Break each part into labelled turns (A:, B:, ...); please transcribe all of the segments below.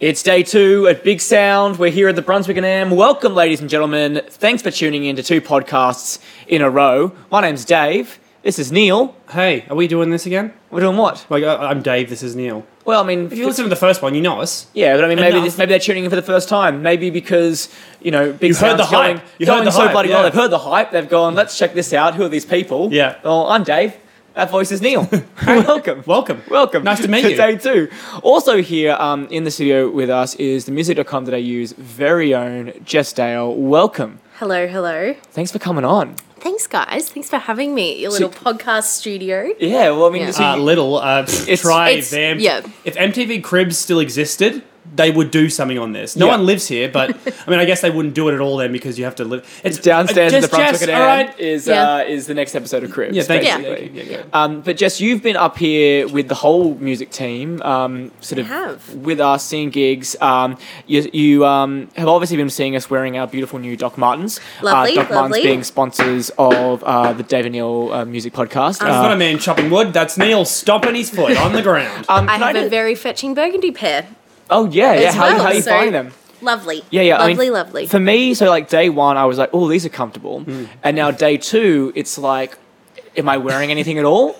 A: It's day two at Big Sound. We're here at the Brunswick and Am. Welcome, ladies and gentlemen. Thanks for tuning in to two podcasts in a row. My name's Dave. This is Neil.
B: Hey, are we doing this again?
A: We're doing what?
B: Like, I, I'm Dave, this is Neil.
A: Well, I mean,
B: If you listen to the first one, you know us.
A: yeah, but I mean, maybe
B: Enough.
A: this, maybe they're tuning in for the first time. Maybe because you know Big
B: You heard
A: Sound's
B: the hype.
A: going,
B: You heard
A: going
B: the
A: so
B: hype,
A: bloody well.
B: yeah.
A: They've heard the hype. They've gone, let's check this out. Who are these people?
B: Yeah.
A: Well, I'm Dave. That voice is Neil. Welcome.
B: Welcome.
A: Welcome.
B: Nice to meet you.
A: Day two. Also here um, in the studio with us is the music.com.au's very own Jess Dale. Welcome.
C: Hello, hello.
A: Thanks for coming on.
C: Thanks, guys. Thanks for having me at your little podcast studio.
A: Yeah. Well, I mean,
C: Yeah.
A: so
B: Uh, little, uh, try
C: it's-
B: them.
C: yeah.
B: If MTV Cribs still existed, they would do something on this. No
A: Yeah.
B: one lives here, but I mean, I guess they wouldn't do it at all then because you have to live. It's,
A: downstairs in
B: uh,
A: the Brunswick
B: Jess,
A: and
B: all
A: Anne
B: right.
A: is
C: Yeah.
A: uh, is the next episode of Cribs.
B: Yeah, thank you.
A: basically.
B: Yeah. Yeah, yeah,
A: Um, but Jess, you've been up here with the whole music team, um, sort
C: I
A: of
C: have.
A: with us seeing gigs. Um, you you um, have obviously been seeing us wearing our beautiful new Doc Martens.
C: Lovely,
A: uh, Doc Martens
C: lovely.
A: being sponsors of uh, the Dave and Neil uh, Music
C: Um,
A: Podcast.
B: That's
A: Uh,
B: not a man chopping wood. That's Neil stomping his foot on the ground.
A: um,
C: I
A: can I
C: have a
A: just-
C: very fetching burgundy pair.
A: oh yeah, yeah.
C: as
A: How,
C: well,
A: how you
C: so-
A: find them?
C: Lovely.
A: Yeah, yeah.
C: Lovely,
A: I mean,
C: lovely.
A: For me, so like day one, I was like, oh, these are comfortable. And now day two, it's like, am I wearing anything at all?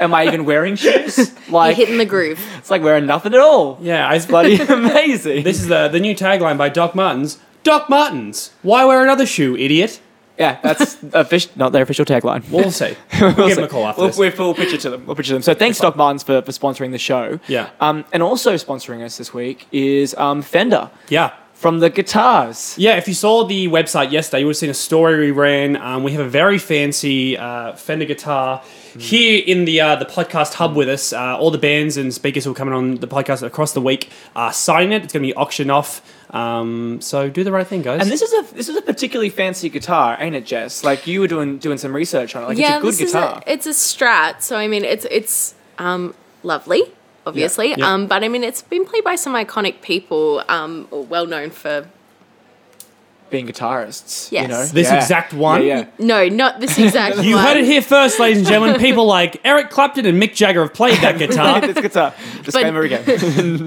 A: Am I even wearing shoes?
C: You're
A: Like,
C: hitting the groove.
A: it's like wearing nothing at all.
B: yeah, I
A: Bloody amazing.
B: This is the, the new tagline by Doc Martens. Doc Martens, why wear another shoe, idiot?
A: yeah, that's official, not their official tagline.
B: We'll see. We'll, give him a call after
A: We'll,
B: this.
A: we'll, we'll picture to them. We'll picture them. So thanks, Doc Martens, for, for sponsoring the show.
B: Yeah.
A: Um, and also sponsoring us this week is um, Fender
B: yeah.
A: from the guitars.
B: Yeah, if you saw the website yesterday, you would have seen a story we ran. Um, we have a very fancy uh, Fender guitar
A: Hmm.
B: here in the uh, the podcast hub with us. Uh, all the bands and speakers who are coming on the podcast across the week are signing it. It's going to be auctioned off. Um, so do the right thing, guys.
A: And this is a this is a particularly fancy guitar, ain't it, Jess? Like you were doing doing some research on it. Like
C: yeah,
A: it's a good
C: this is
A: guitar.
C: a, it's a Strat. So I mean, it's it's um, lovely, obviously.
B: yeah.
C: Um, but I mean, it's been played by some iconic people, um, well known for
A: Being guitarists. You
C: Yes.
A: know?
B: This
A: Yeah.
B: exact one?
A: Yeah, yeah.
C: no, not this exact
B: you
C: one.
B: heard it here first, ladies and gentlemen. People like Eric Clapton and Mick Jagger have played that guitar.
A: this guitar. Disclaimer again.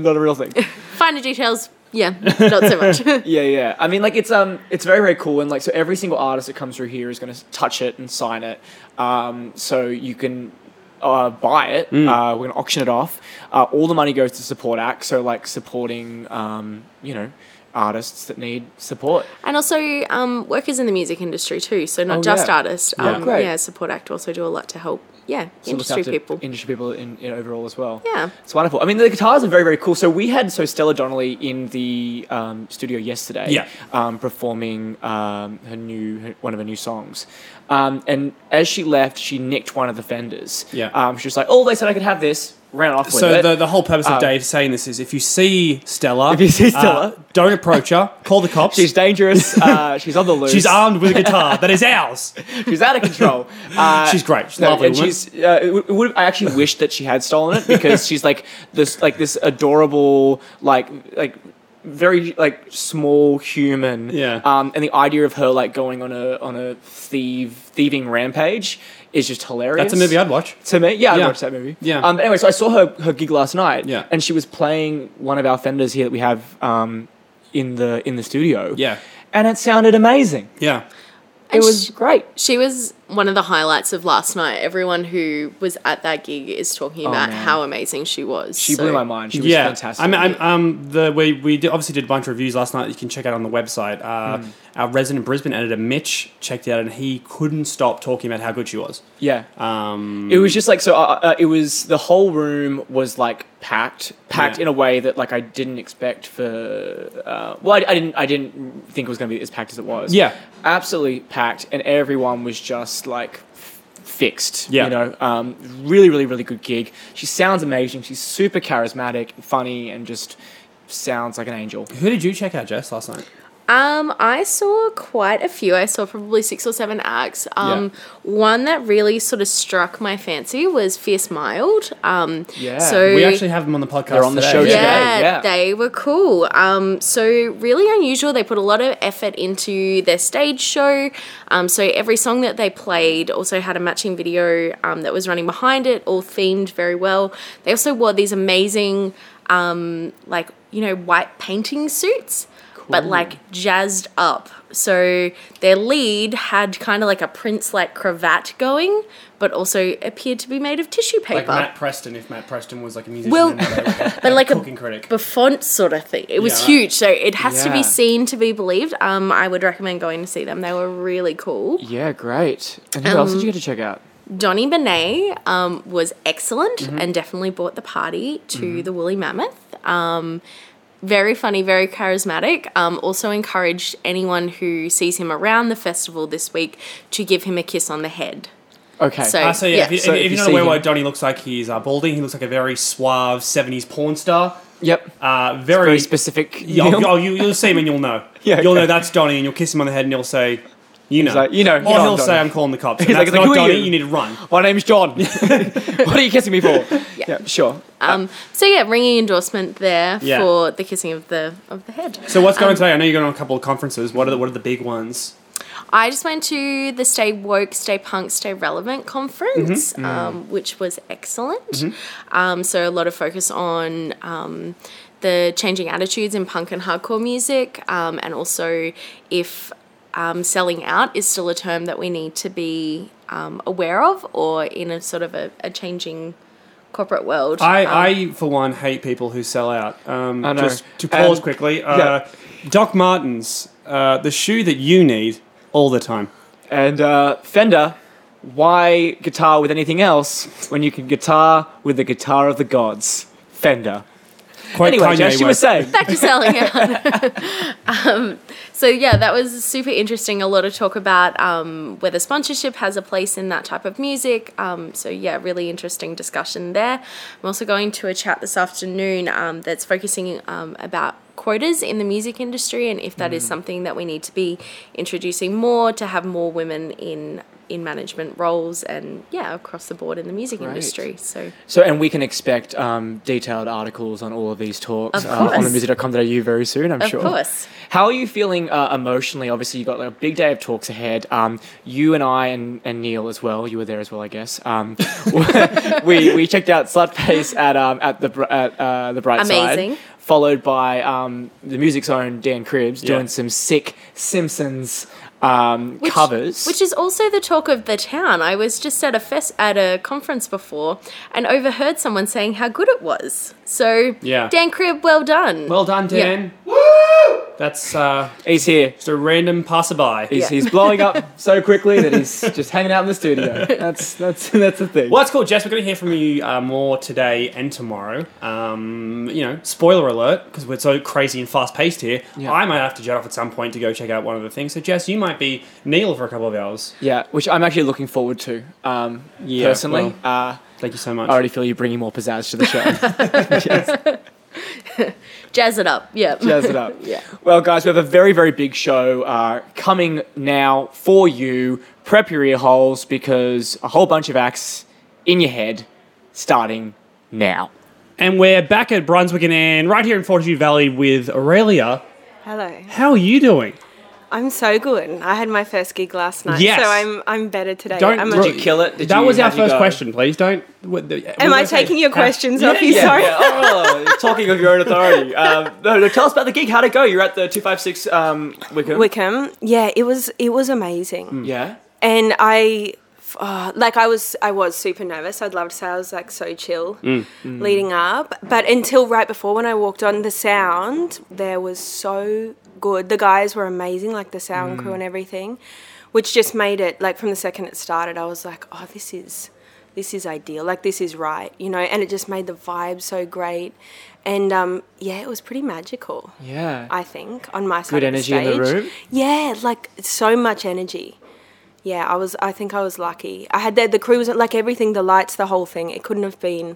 A: Not a real thing.
C: Finer details. Yeah, not so much.
A: Yeah, yeah. I mean, like it's um, it's very very cool, and like so every single artist that comes through here is going to touch it and sign it, um, so you can. Uh, buy it. Uh, we're gonna auction it off. Uh, all the money goes to support acts, so like supporting, um, you know, artists that need support.
C: And also um, workers in the music industry too, so not
A: Oh,
C: just
A: yeah.
C: artists.
A: Yeah.
C: Um,
A: Great.
C: yeah, Support Act also do a lot to help. Yeah,
A: So look
C: industry
A: after
C: people.
A: Industry people in, in overall as well.
C: Yeah.
A: It's wonderful. I mean, the guitars are very, very cool. So we had so Stella Donnelly in the um, studio yesterday,
B: Yeah.
A: um, performing um, her new her, one of her new songs. Um, and as she left, she nicked one of the fenders.
B: Yeah.
A: Um, she was like, "Oh, they said I could have this." Ran off with
B: So
A: it.
B: the, the whole purpose
A: Um,
B: of Dave saying this is if you see Stella, uh,
A: If you see Stella.
B: don't approach her. Call the cops.
A: She's dangerous. Uh, she's on the loose.
B: She's armed with a guitar that is ours.
A: She's out of control. Uh,
B: She's great. She's
A: no,
B: lovely
A: and
B: woman.
A: she's. Uh, it would- it would- I actually wish that she had stolen it because she's like this, like this adorable, like like very like small human.
B: Yeah.
A: Um, and the idea of her like going on a on a thieve thieving rampage is just hilarious.
B: That's a movie I'd watch.
A: To me, yeah, I
B: Yeah.
A: watched that movie.
B: Yeah.
A: Um, but anyway, so I saw her her gig last night.
B: Yeah.
A: And she was playing one of our fenders here that we have um, in the in the studio.
B: Yeah.
A: And it sounded amazing.
B: Yeah.
A: It
C: And
A: was
C: sh-
A: great.
C: She was one of the highlights of last night. Everyone who was at that gig is talking about
A: Oh, man.
C: how amazing she was.
A: She
C: so-
A: blew my mind. Oh, She was
B: yeah.
A: fantastic.
B: I mean, I'm, um, the we we did, obviously did a bunch of reviews last night. That you can check out on the website. Uh,
A: Hmm.
B: Our resident Brisbane editor Mitch checked it out, and he couldn't stop talking about how good she was.
A: yeah.
B: Um,
A: it was just like so. Uh, uh, it was the whole room was like packed, packed
B: Yeah.
A: in a way that like I didn't expect for. Uh, well, I, I didn't. I didn't think it was going to be as packed as it was.
B: Yeah.
A: Absolutely packed, and everyone was just like f- fixed.
B: Yeah.
A: You know, um, really, really, really good gig. She sounds amazing. She's super charismatic, funny, and just sounds like an angel.
B: Who did you check out, Jess, last night?
C: Um, I saw quite a few. I saw probably six or seven acts. Um, one that really sort of struck my fancy was Fierce Mild. Um,
A: Yeah.
C: So
B: We actually have him on the podcast.
A: They're on the
B: today.
A: show today.
C: yeah,
A: yeah.
C: they were cool. Um, so really unusual. They put a lot of effort into their stage show. Um, so every song that they played also had a matching video um, that was running behind it, all themed very well. They also wore these amazing, um, like you know, white painting suits, but like jazzed up. So their lead had kind of like a prince like cravat going, but also appeared to be made of tissue
B: Like
C: paper.
B: Matt Preston, if Matt Preston was like a musician,
C: Well,
B: and now they were, like,
C: but like a
B: cooking critic.
C: Buffon sort of thing. It was
B: Yeah.
C: huge, so it has to
A: Yeah.
C: be seen to be believed. Um, I would recommend going to see them. They were really cool.
A: Yeah, great. And who else did you get to check out?
C: Donny Benet um, was excellent
B: Mm-hmm.
C: and definitely brought the party to the Woolly Mammoth. Um, very funny, very charismatic. Um, also encouraged anyone who sees him around the festival this week to give him a kiss on the head.
A: Okay.
C: So-
B: Uh, so yeah, if, you,
A: So
B: if,
A: if
B: if
A: you
B: you're not
A: see
B: aware
A: him-
B: why Donnie looks like he's uh, balding, he looks like a very suave '70s porn star.
A: yep.
B: Uh, very,
A: Very specific.
B: Yeah,
A: Neil.
B: oh, you, you'll see him and you'll know.
A: Yeah,
B: you'll
A: okay.
B: know that's Donnie, and you'll kiss him on the head, and he'll say, "You know,
A: like, "You know,
B: Or
A: you know
B: he'll
A: I'm
B: say,
A: Donnie."
B: "I'm calling the cops."
A: He's
B: And
A: like,
B: that's
A: like,
B: not
A: "Who are
B: Donnie.
A: you?"
B: You? need to run.
A: My name's John. what are you kissing me for? Yeah, sure.
C: Um, so yeah, ringing endorsement there
B: Uh, Yeah.
C: for the kissing of the of the head. Um,
B: So what's going on today? I know you're going on a couple of conferences. What are the, what are the big ones?
C: I just went to the Stay Woke, Stay Punk, Stay Relevant conference,
B: Mm-hmm.
C: Um, which was excellent.
A: Mm-hmm.
C: Um, so, a lot of focus on um, the changing attitudes in punk and hardcore music, um, and also if um, selling out is still a term that we need to be um, aware of or in a sort of a, a changing corporate world.
B: I,
C: Um,
B: I for one hate people who sell out. Um,
A: I know.
B: Just to pause
A: And-
B: quickly, uh, Doc Martens, uh, the shoe that you need all the time.
A: And uh, Fender, why guitar with anything else when you can guitar with the guitar of the gods? Fender.
B: Quote
A: Anyway,
B: Kanye
A: Jess, you were
B: West.
A: saying.
C: back to selling out. um, so yeah, that was super interesting. A lot of talk about um, whether sponsorship has a place in that type of music. Um, so yeah, really interesting discussion there. I'm also going to a chat this afternoon um, that's focusing um, about quotas in the music industry and if that
A: Mm.
C: is something that we need to be introducing more to have more women in in management roles and yeah across the board in the music
A: Great.
C: industry so
A: So, and we can expect um, detailed articles on all of these talks
C: Of
A: uh, on
C: course.
A: themusic.com.au very soon, I'm
C: of
A: sure.
C: course
A: How are you feeling uh, emotionally? Obviously, you got like, a big day of talks ahead. Um, you and I and, and Neil as well. You were there as well, I guess. Um, we we checked out Slutface at um at the Br- at uh, the bright
C: Amazing.
A: side. Followed by um, the music's own Dan Cribbs
B: Yeah.
A: doing some sick Simpsons um,
C: Which-
A: covers.
C: which is also the talk of the town. I was just at a fest at a conference before and overheard someone saying how good it was. So
B: Yeah.
C: Dan Cribb, well done.
B: Well done,
C: Yeah.
B: Dan. Woo! That's uh,
A: he's here.
B: just a random passerby.
A: He's,
C: Yeah.
A: he's blowing up so quickly that he's just hanging out in the studio. That's that's that's the thing.
B: Well, that's cool, Jess. We're going to hear from you uh, more today and tomorrow. Um, you know, spoiler alert, because we're so crazy and fast paced here.
A: Yeah.
B: I might have to jet off at some point to go check out one of the things. So, Jess, you might be Neil for a couple of hours.
A: Yeah, which I'm actually looking forward to. Um,
B: Yeah,
A: personally,
B: well-
A: uh,
B: Thank you so much.
A: I already feel you bringing more pizzazz to the show.
C: Jazz it up. Yeah.
A: Jazz it up.
C: Yeah.
A: Well, guys, we have a very, very big show uh, coming now for you. Prep your ear holes because a whole bunch of acts in your head starting now.
B: and we're back at Brunswick and Anne, right here in Fortitude Valley with Aurelia.
D: Hello.
B: How are you doing?
D: I'm so good. I had my first gig last night,
B: Yes.
D: so I'm I'm better today.
B: Don't-
D: I'm
B: Did
A: you kill it? Did
B: that
A: you-
B: was our
A: how'd you
B: first
A: go?
B: question. Please don't. What, the,
D: Am
B: we
D: I
B: were saying-
D: taking your
B: How-
D: questions
B: Yeah,
D: off you?
B: yeah,
D: Sorry.
A: uh, Yeah, oh, talking of your own authority. Um, no, no, tell us about the gig. How'd it go? You're at the 256 um, Wickham. Mm.
D: Wickham. Yeah, it was it was amazing.
A: yeah.
D: and I uh, like I was I was super nervous. I'd love to say I was like so chill Mm.
A: Mm.
D: leading up, but until right before when I walked on, the sound there was so good. The guys were amazing, like the sound crew and everything, which just made it like from the second it started, I was like, oh, this is this is ideal. Like this is right, you know. And it just made the vibe so great, and um, yeah, it was pretty magical.
A: Yeah.
D: I think on my side.
A: Good
D: of the
A: energy in the
D: stage.
A: room?
D: Yeah, like so much energy. Yeah, I was. I think I was lucky. I had the the crew was like everything, the lights, the whole thing. It couldn't have been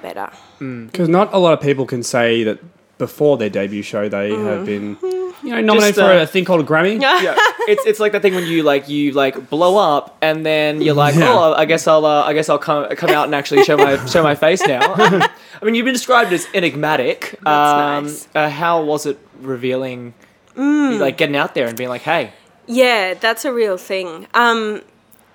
D: better.
B: Because not a lot of people can say that before their debut show they have been, you know, nominated
A: Mm-hmm. Just,
B: for
A: uh,
B: a thing called a Grammy.
A: yeah, it's it's like that thing when you like you like blow up and then you're like,
B: Yeah.
A: oh, I guess I'll uh, I guess I'll come come out and actually show my show my face now. I mean, you've been described as enigmatic. um,
D: nice. Hmm.
A: uh, how was it revealing,
D: Mm.
A: like getting out there and being like, hey,
D: Yeah, that's a real thing. Um,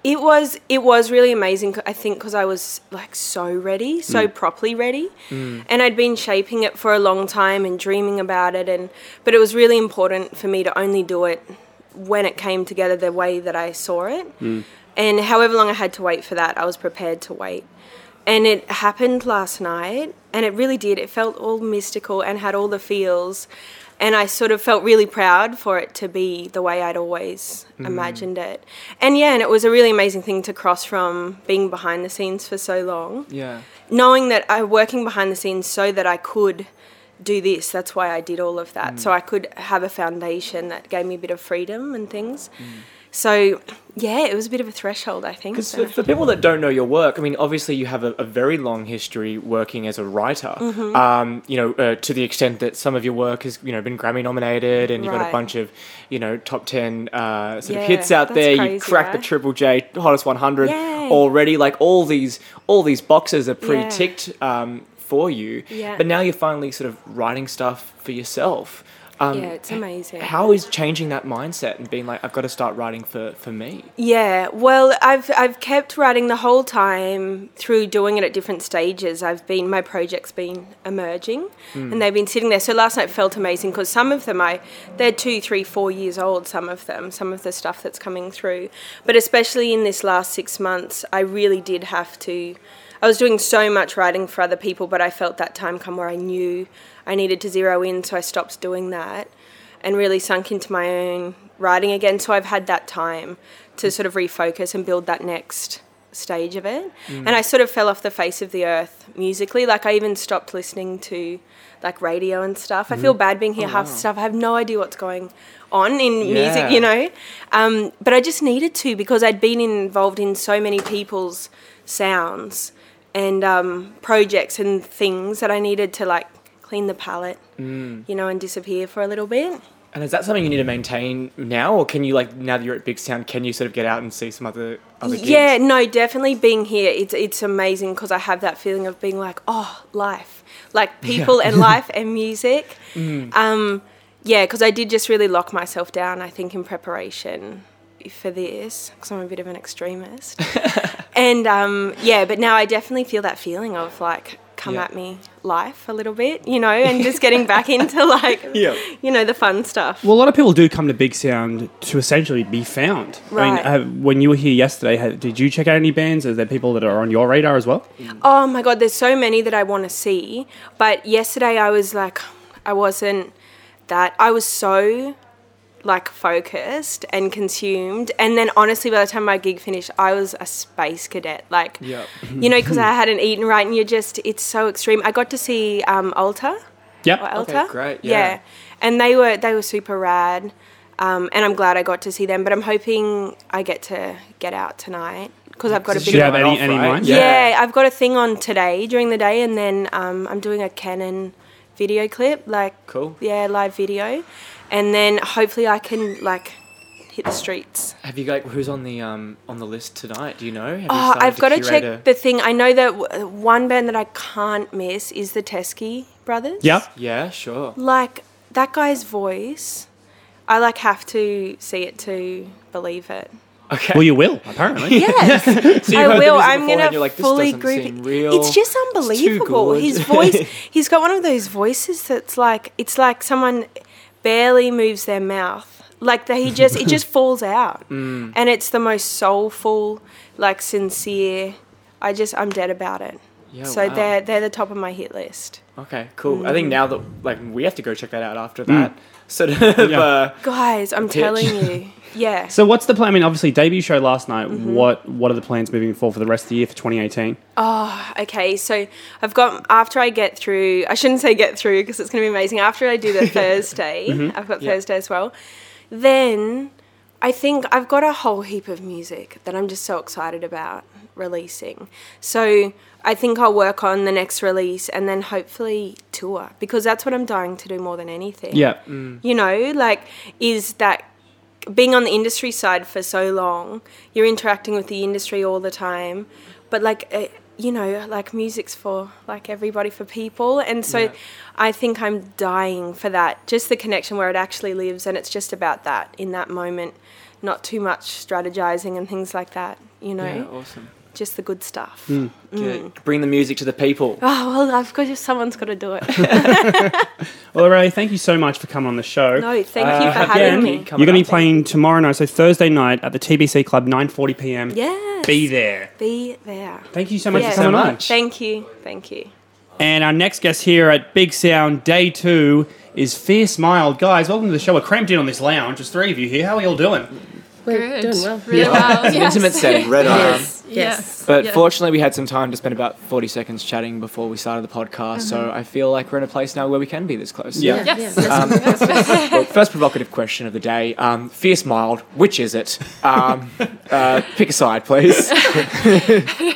D: It was it was really amazing. I think because I was like so ready, so
A: Mm.
D: properly ready, and I'd been shaping it for a long time and dreaming about it. And but it was really important for me to only do it when it came together the way that I saw it. And however long I had to wait for that, I was prepared to wait. And it happened last night, and it really did. It felt all mystical and had all the feels. And I sort of felt really proud for it to be the way I'd always imagined it. And yeah, and it was a really amazing thing to cross from being behind the scenes for so long
A: Yeah.
D: knowing that I working behind the scenes so that I could do this. That's why I did all of that.
A: Mm.
D: So I could have a foundation that gave me a bit of freedom and things.
A: Mm.
D: So yeah, it was a bit of a threshold, I think.
A: Because
D: So-
A: for, for people that don't know your work, I mean, obviously you have a, a very long history working as a writer.
D: Mm-hmm.
A: Um, you know, uh, to the extent that some of your work has you know been Grammy nominated, and you've got a
D: Right.
A: bunch of you know top ten uh, sort of
D: Yeah,
A: hits out
D: that's
A: there.
D: crazy,
A: You've cracked the
D: right?
A: Triple J Hottest 100
D: Yay.
A: already. Like all these all these boxes are pre-ticked um, for you.
D: Yeah.
A: But now you're finally sort of writing stuff for yourself. Um,
D: Yeah, it's amazing.
A: How is changing that mindset and being like, I've got to start writing for, for me?
D: Yeah, well, I've I've kept writing the whole time through doing it at different stages. I've been my projects been emerging, and they've been sitting there. So last night felt amazing because some of them I they're two, three, four years old. Some of them, some of the stuff that's coming through, but especially in this last six months, I really did have to. I was doing so much writing for other people, but I felt that time come where I knew I needed to zero in, so I stopped doing that and really sunk into my own writing again. So I've had that time to sort of refocus and build that next stage of it. And I sort of fell off the face of the earth musically. Like I even stopped listening to like radio and stuff. I feel bad being here half the stuff. I have no idea what's going on in music,
A: Yeah.
D: you know. Um, but I just needed to because I'd been involved in so many people's sounds and um, projects and things that I needed to like clean the palette,
A: Mm.
D: you know, and disappear for a little bit.
A: And is that something you need to maintain now, or can you like now that you're at Big Sound, can you sort of get out and see some other other gigs?
D: Yeah, no, definitely being here, it's it's amazing because I have that feeling of being like, oh, life, like people and life and music.
A: Mm.
D: Um, yeah, because I did just really lock myself down. I think in preparation for this, because I'm a bit of an extremist, and um, yeah, but now I definitely feel that feeling of like. Come
A: Yeah.
D: at me, life a little bit, you know, and just getting back into like,
A: Yeah.
D: you know, the fun stuff.
B: Well, a lot of people do come to Big Sound to essentially be found.
D: Right.
B: I mean, uh, when you were here yesterday, ha did you check out any bands? Are there people that are on your radar as well?
D: Oh my god, there's so many that I want to see. But yesterday I was like, I wasn't that. I was so like focused and consumed. And then honestly, by the time my gig finished, I was a space cadet. Like,
A: Yep.
D: you know, because I hadn't eaten right, and you're just, it's so extreme. I got to see um, Alta
B: Yep.
D: or
A: Okay,
D: Alta.
A: great, yeah.
D: And they were they were super rad. Um, and I'm glad I got to see them, but I'm hoping I get to get out tonight because I've got a
A: Because
D: bit
B: Do you
D: of
B: have
A: Right
B: any,
A: off,
B: any in
A: right?
B: mind?
A: Yeah.
D: yeah. I've got a thing on today during the day, and then um, I'm doing a Canon video clip, like
A: Cool.
D: yeah, live video, and then hopefully I can like hit the streets.
A: Have you like who's on the um on the list tonight? Do you know? Have you
D: Oh,
A: started
D: I've got to
A: curate
D: check
A: a-
D: the thing. I know that w- one band that I can't miss is the Teskey Brothers.
B: Yep.
A: Yeah, sure.
D: like that guy's voice. I like have to see it to believe it.
A: Okay.
B: Well, you will, apparently.
D: Yes,
A: So you
D: I
A: heard the
D: will.
A: music
D: I'm
A: beforehand,
D: gonna
A: you're like, this
D: fully
A: doesn't
D: groove.
A: seem
D: it.
A: real.
D: It's just
A: too
D: unbelievable.
A: good.
D: His voice. he's got one of those voices that's like it's like someone barely moves their mouth. Like that he just it just falls out,
A: Mm.
D: and it's the most soulful, like sincere. I just I'm dead about it.
A: Yeah,
D: so
A: wow.
D: they're they're the top of my hit list.
A: Okay, cool. I
D: Mm.
A: think now that like we have to go check that out after that. Sort of.
B: Yeah.
A: Uh,
D: Guys, I'm
A: pitch.
D: telling you, yeah.
B: So what's the plan? I mean, obviously debut show last night. What what are the plans moving forward for the rest of the year for 2018?
D: Oh, okay, so I've got after I get through. I shouldn't say get through because it's going to be amazing. After I do the Thursday, I've got Thursday as well. Then I think I've got a whole heap of music that I'm just so excited about releasing. So I think I'll work on the next release and then hopefully tour because that's what I'm dying to do more than anything
B: Yeah.
D: you know like is that being on the industry side for so long you're interacting with the industry all the time but like uh, you know like music's for like everybody for people and so
A: Yeah.
D: i think i'm dying for that just the connection where it actually lives and it's just about that in that moment not too much strategizing and things like that you know,
A: Yeah, awesome.
D: just the good stuff.
A: Good. Bring the music to the people.
D: Oh well, I've got someone's got to do it.
B: Well, Ray, thank you so much for coming on the show. Uh,
D: No, thank you for
B: again,
D: having me.
A: Coming
B: You're going to
A: up.
B: be playing tomorrow night, so Thursday night at the TBC Club, 9:40 p.m.
D: Yes.
B: Be there.
D: Be there.
B: Thank you so much
D: Yeah.
B: for coming on.
D: Thank you. Thank you.
B: And our next guest here at Big Sound Day Two is Fierce Mild. Guys, welcome to the show. We're cramped in on this lounge. There's three of you here. How are you all doing?
E: We're
C: Good.
E: doing well.
C: Really well.
A: It's an
C: yes.
A: intimate setting. Red arm.
E: Yes.
C: Yes.
A: But
E: Yeah.
A: fortunately, we had some time to spend about 40 seconds chatting before we started the podcast, so I feel like we're in a place now where we can be this close. Um,
B: Yeah.
E: Uh-huh. Yes.
A: Well, first provocative question of the day um, Fierce Mild, which is it? Um, uh, pick a side, please.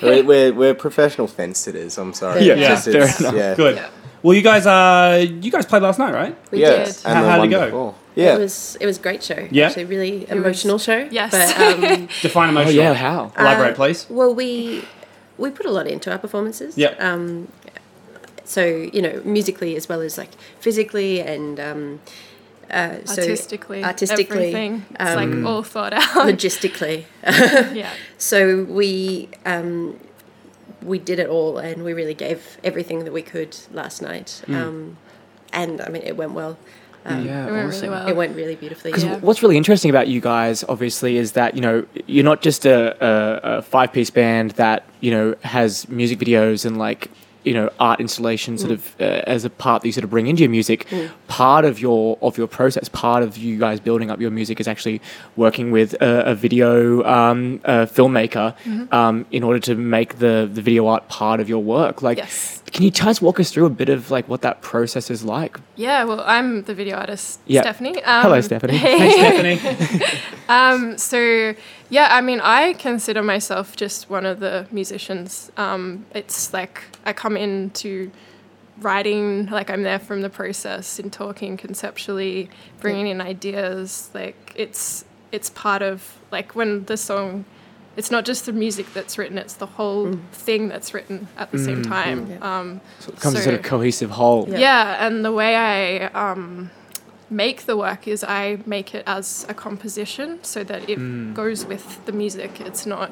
F: we're, we're, we're professional fence sitters. I'm sorry.
E: Yeah.
F: It's
B: Yeah,
F: just-
A: fair
F: it's-
A: enough.
F: yeah.
B: Good. Well, you guys, uh, you guys played last night, right?
E: We
F: yeah.
E: did.
F: And
B: How-
F: the
B: how'd
F: one
B: it go?
F: before. Yeah.
E: It was it was a great show.
B: Yeah?
E: Actually, really
C: was-
E: emotional show.
C: Yes.
E: But um,
B: Define
A: Oh,
B: emotional.
A: yeah, how?
B: Elaborate,
G: Um,
E: uh,
B: please.
E: Well, we we put a lot into our performances.
B: Yep.
E: Um, so you know, musically as well as like physically and um, uh, so
G: artistically,
E: artistically, um,
G: everything. It's like all thought out.
E: logistically.
G: yeah,
E: So we um, we did it all, and we really gave everything that we could last night. Um, and I mean, it went well. Um,
A: Hmm.
G: it
A: Yeah,
G: went really
A: awesome.
G: well.
E: It went really beautifully.
A: Because
E: Yeah.
A: what's really interesting about you guys, obviously, is that you know you're not just a, a, a five-piece band that you know has music videos and like you know art installation
E: Mm.
A: sort of uh, as a part that you sort of bring into your music. Part of your of your process, part of you guys building up your music, is actually working with a, a video um, a filmmaker
E: Mm-hmm.
A: um, in order to make the the video art part of your work. Like,
G: Yes.
A: can you guys walk us through a bit of like what that process is like?
G: yeah. Well, I'm the video artist,
A: Yeah.
G: Stephanie. Um,
A: Hello, Stephanie.
B: Stephanie.
G: Um, so yeah, I mean, I consider myself just one of the musicians. Um, it's like I come in to writing, like I'm there from the process in talking conceptually, bringing in ideas. Like it's it's part of like when the song. It's not just the music that's written; it's the whole thing that's written at the same time. Um,
A: Mm. It comes as a sort of cohesive whole.
E: Yeah.
G: yeah, and the way I um, make the work is I make it as a composition so that it goes with the music. It's not,